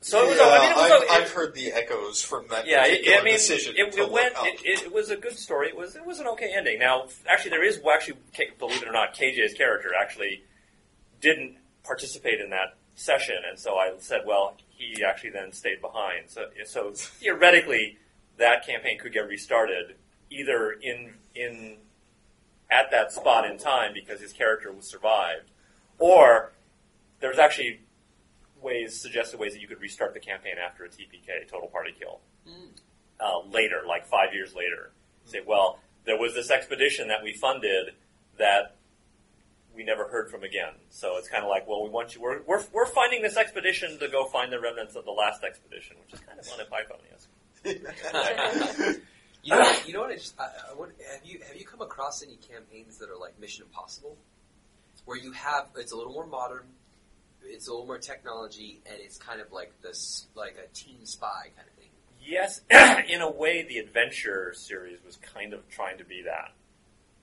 B: so it was. a- I mean, it was. a-
E: have
B: it-
E: I've heard the echoes from that
B: yeah, it,
E: particular
B: I mean,
E: decision.
B: it,
E: to
B: it
E: look
B: went.
E: up.
B: It, it was a good story. It was. It was an okay ending. Now, actually, there is actually, K- believe it or not, KJ's character actually didn't participate in that session, and so I said, well, he actually then stayed behind. So, so theoretically, that campaign could get restarted either in in at that spot in time because his character was survived, or there's actually ways suggested ways that you could restart the campaign after a TPK, total party kill, uh, later, like five years later. Say, well, there was this expedition that we funded that we never heard from again. So it's kind of like, well, we want you. We're, we're we're finding this expedition to go find the remnants of the last expedition, which is kind of unipiponious. [LAUGHS]
D: You know, you know what? I just, I, I would, have you have you come across any campaigns that are like Mission Impossible, where you have it's a little more modern, it's a little more technology, and it's kind of like this like a team spy kind of thing.
B: Yes, [CLEARS THROAT] in a way, the adventure series was kind of trying to be that.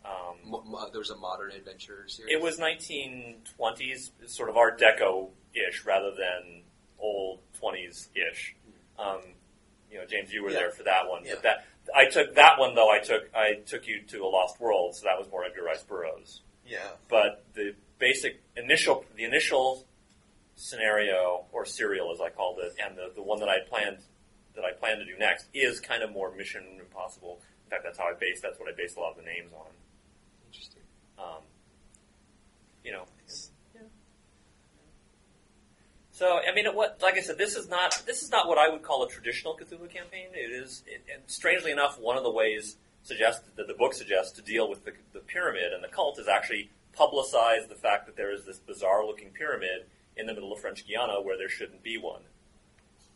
B: Um,
D: Mo- mo- there was a modern adventure series.
B: It was 1920s, sort of Art Deco ish, rather than old 20s ish. Um, you know, James, you were
E: Hmm. Yeah.
B: there for that one.
E: Yeah.
B: But that I took that one though. I took I took you to a Lost World, so that was more Edgar Rice Burroughs
E: [LAUGHS] yeah.
B: but the basic initial the initial scenario or serial as I called it, and the, the one that I planned that I plan to do next is kind of more Mission Impossible. In fact, that's how I base that's what I base a lot of the names on.
D: Interesting.
B: Um, you know. So I mean, it, what like I said, this is not this is not what I would call a traditional Cthulhu campaign. It is, it, and strangely enough, one of the ways suggested that the book suggests to deal with the, the pyramid and the cult is actually publicize the fact that there is this bizarre-looking pyramid in the middle of French Guiana where there shouldn't be one,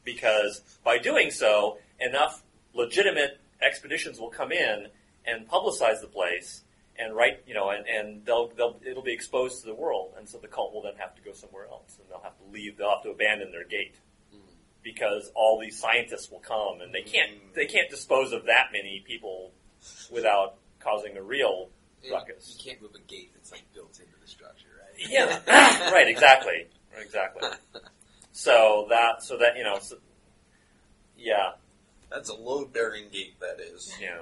B: because by doing so, enough legitimate expeditions will come in and publicize the place and right, you know, and, and they'll, they'll it'll be exposed to the world, and so the cult will then have to go somewhere else, and they'll have to leave, they'll have to abandon their gate because all these scientists will come, and they can't they can't dispose of that many people without causing a real
D: And
B: ruckus.
D: You can't move a gate that's like built into the structure, right?
B: Yeah, [COUGHS]
D: [LAUGHS]
B: right, exactly, exactly. So that so that you know, so, yeah.
E: That's a load bearing gate, that is.
B: Yeah.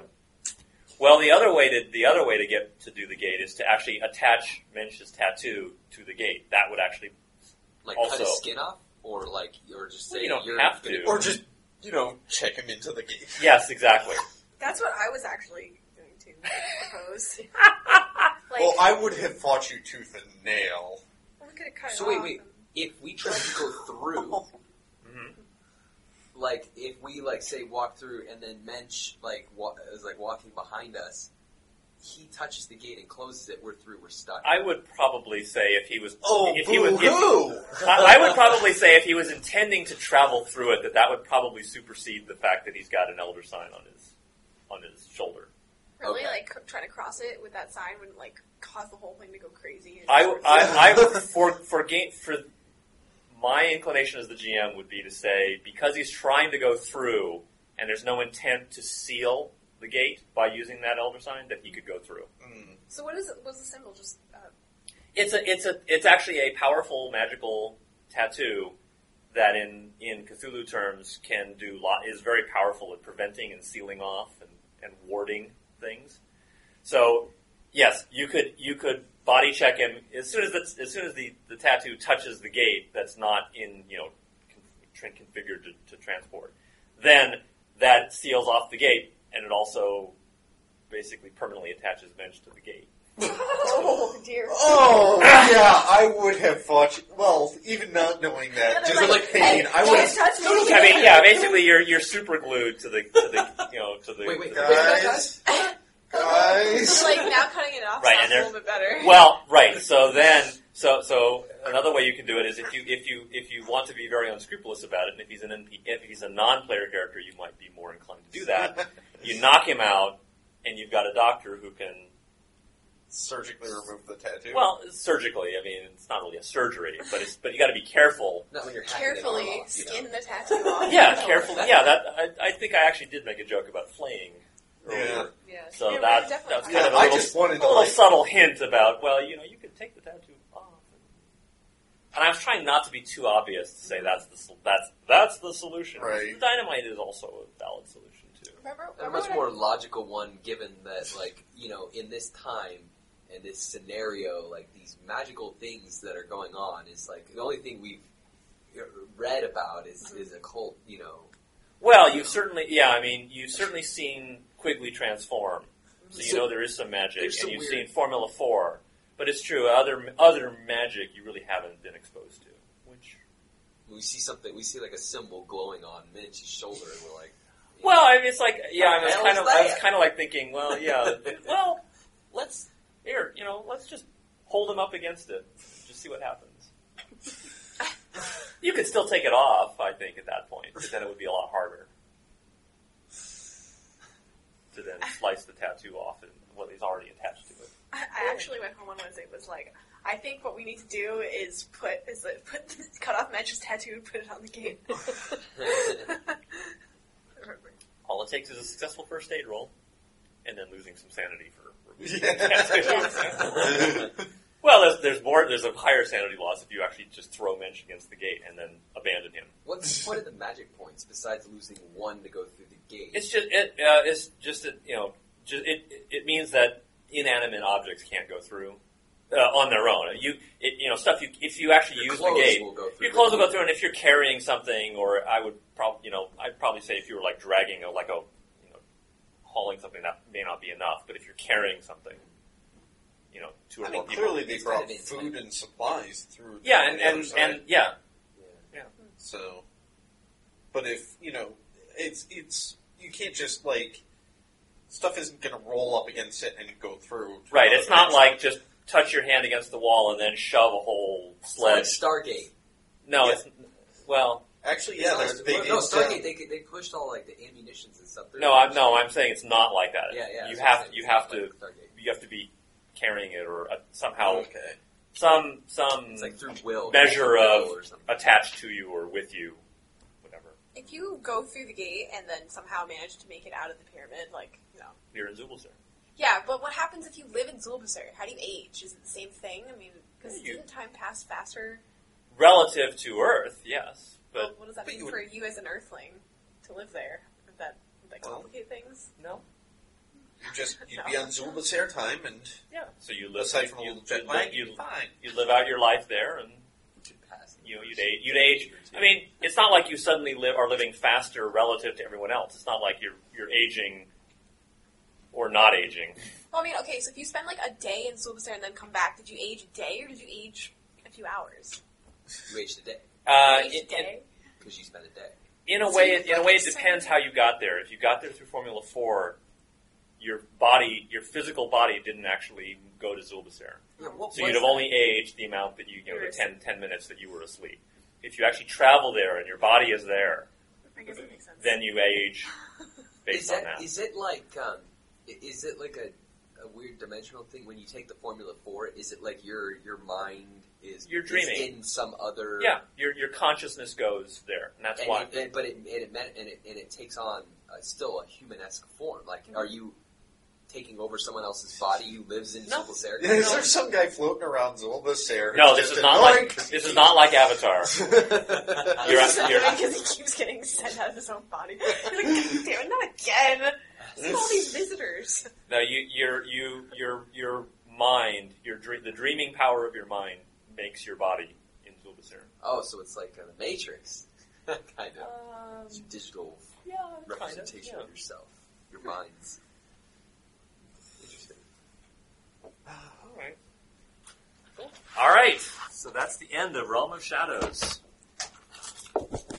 B: Well, the other way to the other way to get to do the gate is to actually attach Mensch's tattoo to the gate. That would actually
D: Like cut
B: Also-
D: his skin off, or like, or just say
B: Well, you don't
D: are
B: have to.
E: Or just, you know, check him into the gate.
B: yes, exactly.
G: That's what I was actually going to propose.
F: [LAUGHS] Like, oh,
E: well, I would have fought you tooth and nail.
G: We're going to cut it
D: So wait,
G: off.
D: wait. If we try to go
B: [LAUGHS]
D: through,
B: Mm-hmm.
D: like if we like say walk through, and then Mensch like wa- is like walking behind us, he touches the gate and closes it. We're through. We're stuck.
B: I would probably say if he was
E: Oh,
B: if he was
E: boo
B: if,
E: hoo!
B: I I would probably say if he was intending to travel through it that that would probably supersede the fact that he's got an elder sign on his on his shoulder.
G: Really,
E: Okay.
G: like c- trying to cross it with that sign would like cause the whole thing to go crazy. and-
B: I, I, I would- for for game for my inclination as the GM would be to say because he's trying to go through and there's no intent to seal the gate by using that elder sign that he could go through.
E: Mm.
G: so what is it? What's the symbol? Just uh,
B: It's a it's a it's actually a powerful magical tattoo that in in Cthulhu terms can do lot is very powerful at preventing and sealing off and, and warding things. So yes, you could you could body check him as soon as the, as soon as the, the tattoo touches the gate that's not in you know con- tran- configured to, to transport. Then that seals off the gate and it also basically permanently attaches Venge to the gate.
F: Oh dear.
E: Oh yeah, I would have fought. You. Well, even not knowing that, just
G: They're
E: like pain, I would.
G: don't
E: have
G: touch me.
B: I mean, yeah, basically you're you're super glued to the to the you know to the
D: Wait, wait,
E: Guys, guys.
G: like now cutting it off
B: Right, and
G: sounds a
B: they're-
G: little bit better.
B: Well, right. So then, so so another way you can do it is if you if you if you want to be very unscrupulous about it, and if he's an NP, if he's a non-player character, you might be more inclined to do that. You knock him out, and you've got a doctor who can
E: [LAUGHS] Surgically remove the tattoo. [LAUGHS]
B: well surgically. I mean, it's not really a surgery, but it's but you got to be careful.
D: Not when you're hacking it
G: Carefully
D: all off, you know.
G: skin the tattoo off.
B: Yeah, carefully. Yeah, that I, I think I actually did make a joke about flaying. Earlier.
E: Yeah.
F: Yeah.
B: So
G: Yeah,
B: that,
G: we definitely
B: that's
G: talked
B: kind
E: yeah,
B: of a
E: I
B: little
E: just wanted
B: a
E: to
B: little
E: like.
B: subtle hint about, well, you know, you could take the tattoo off. And I was trying not to be too obvious to say that's the sol- that's that's the solution.
E: Right.
B: The dynamite is also a valid solution too.
G: Remember,
D: A
G: remember
D: Uh, much
G: when I-
D: more logical one, given that, like, you know, in this time and this scenario, like these magical things that are going on is like the only thing we've uh, read about is
G: Mm-hmm.
D: is a cult, you know.
B: Well, you've certainly yeah, I mean, you've certainly seen Quigley transform, so you
D: So-
B: know there is some magic,
D: there's some
B: and you've
D: weird-
B: seen Formula Four, but it's true other other magic you really haven't been exposed to, which
D: We see something, we see like a symbol glowing on Minch's shoulder, and we're like, you
B: Well, I mean, it's like yeah, I
D: What
B: was
D: the
B: kind
D: hell
B: of
D: is
B: I was
D: that?
B: kind of like thinking, well,
D: [LAUGHS]
B: yeah, well, let's here, you know, let's just hold him up against it, just see what happens. you could still take it off, I think, at that point, but then it would be a lot harder to then slice the tattoo off and what is already attached to it.
G: I, [LAUGHS] I actually went home on Wednesday. Was like, I think what we need to do is put is like, put [LAUGHS] cut off Madge's tattoo and put it on the gate. [LAUGHS]
D: know.
B: All it takes is a successful first aid roll, and then losing some sanity for. removing the
D: [LAUGHS]
B: tattoo. [LAUGHS]
E: Yeah.
B: Well, there's, there's more. There's a higher sanity loss if you actually just throw Mensch against the gate and then abandon him.
D: what's what are the magic points besides losing one to go through the gate?
B: It's just it. Uh, it's just that you know. Just, it it- it means that inanimate objects can't go through uh, on their own. You it, you know stuff. You if you actually
D: Your
B: use the
D: clothes
B: gate,
D: will go through
B: your
D: the
B: clothes will go
D: gate.
B: through. And if you're carrying something, or I would probably you know I'd probably say if you were like dragging a like a you know hauling something that may not be enough. But if you're carrying something, you know two or
E: I
B: more
E: mean,
B: people.
E: [LAUGHS] clearly they
D: It's kind
E: brought
D: of insane.
E: food and supplies through.
B: Yeah,
E: the
B: and
E: other
B: and,
E: side.
B: and yeah,
E: So, but if you know, it's it's you can't just like stuff isn't going to roll up against it and go through. to
B: Right,
E: another
B: it's not
E: person.
B: like just touch your hand against the wall and then shove a whole
D: It's like
B: sledge.
D: Stargate.
B: No,
E: Yeah.
B: it's well,
E: actually, yeah,
D: It's
E: there's
D: not-
E: big.
D: well, no,
E: it's, uh,
D: Stargate. They, they pushed all like the ammunitions and stuff. through.
B: no, I'm no, I'm saying it's not like that.
D: yeah, yeah.
B: you
D: that's what I'm
B: have
D: saying.
B: you
D: It's
B: have
D: not
B: to
D: like Stargate.
B: you have to be carrying it or uh, somehow
E: Oh, okay.
B: some some
D: It's like through will
B: Measure of
D: Will or something.
B: attached to you or with you, whatever.
G: If you go through the gate and then somehow manage to make it out of the pyramid, like no.
B: You're in Zubelzer.
G: Yeah, but what happens if you live in Zulbasar? How do you age? Is it the same thing? I mean, because
B: You-
G: doesn't time pass faster?
B: Relative to Earth, yes,
G: Well,
B: but
G: what does that
E: but
G: mean
E: you would-
G: for you as an Earthling to live there? Would that would that
E: Well-
G: complicate things?
B: no.
E: You just you'd be on Zulba's air time, and
B: Yeah. So you live
E: aside from a
B: you,
E: little jet
B: you,
E: lag,
B: you,
E: you're fine.
B: you live out your life there and
D: Pass.
B: you know, you'd age, you'd age. I mean, it's not like you suddenly live are living faster relative to everyone else. It's not like you're you're aging or not aging.
G: Well, I mean, okay, so if you spend like a day in Zulbasar and then come back, did you age a day or did you age a few hours?
D: You age the day
B: Uh,
G: Age
B: in,
G: a day.
D: because you spend a day.
B: in, in a
G: So
B: way,
G: you
B: it, in a way, it
G: focus on-
B: depends how you got there. If you got there through Formula Four, your body, your physical body, didn't actually go to Zulbasair.
D: Yeah, what
B: So
D: was
B: you'd have
D: that?
B: only aged the amount that you, you know,
G: You were
B: the 10, 10 minutes that you were asleep. If you actually travel there and your body is there,
G: [LAUGHS] I guess that makes sense.
B: then you age
D: is
B: based on
D: that,
B: that.
D: is it like um, i- is it like a, a weird dimensional thing when you take the formula for it? Is it like your your mind is
B: You're
D: is
B: dreaming.
D: in some other
B: yeah, your your consciousness goes there, and that's
D: and
B: why.
D: It, and- but it, and it meant, and it and it takes on uh, still a humanesque form. Like,
B: Mm-hmm.
D: are you taking over someone else's body who lives in
B: No.
D: people's air?
E: Is there some guy floating around Zolba's hair?
B: no, this is not like this is not like Avatar.
E: [LAUGHS] like.
B: You're,
G: Because
B: you're,
G: he keeps getting sent out of his own body. He's like, God damn it, not again! Look at all these visitors.
B: No, you, your, you, your, your mind, your dream, the dreaming power of your mind makes your body in Zulbasir.
D: [LAUGHS] Oh, so it's like uh, the Matrix, [LAUGHS] kind of
B: Um,
D: It's a digital
B: yeah, kind of.
D: representation of yourself, your mind's. Interesting.
B: All right. All right. So that's the end of Realm of Shadows.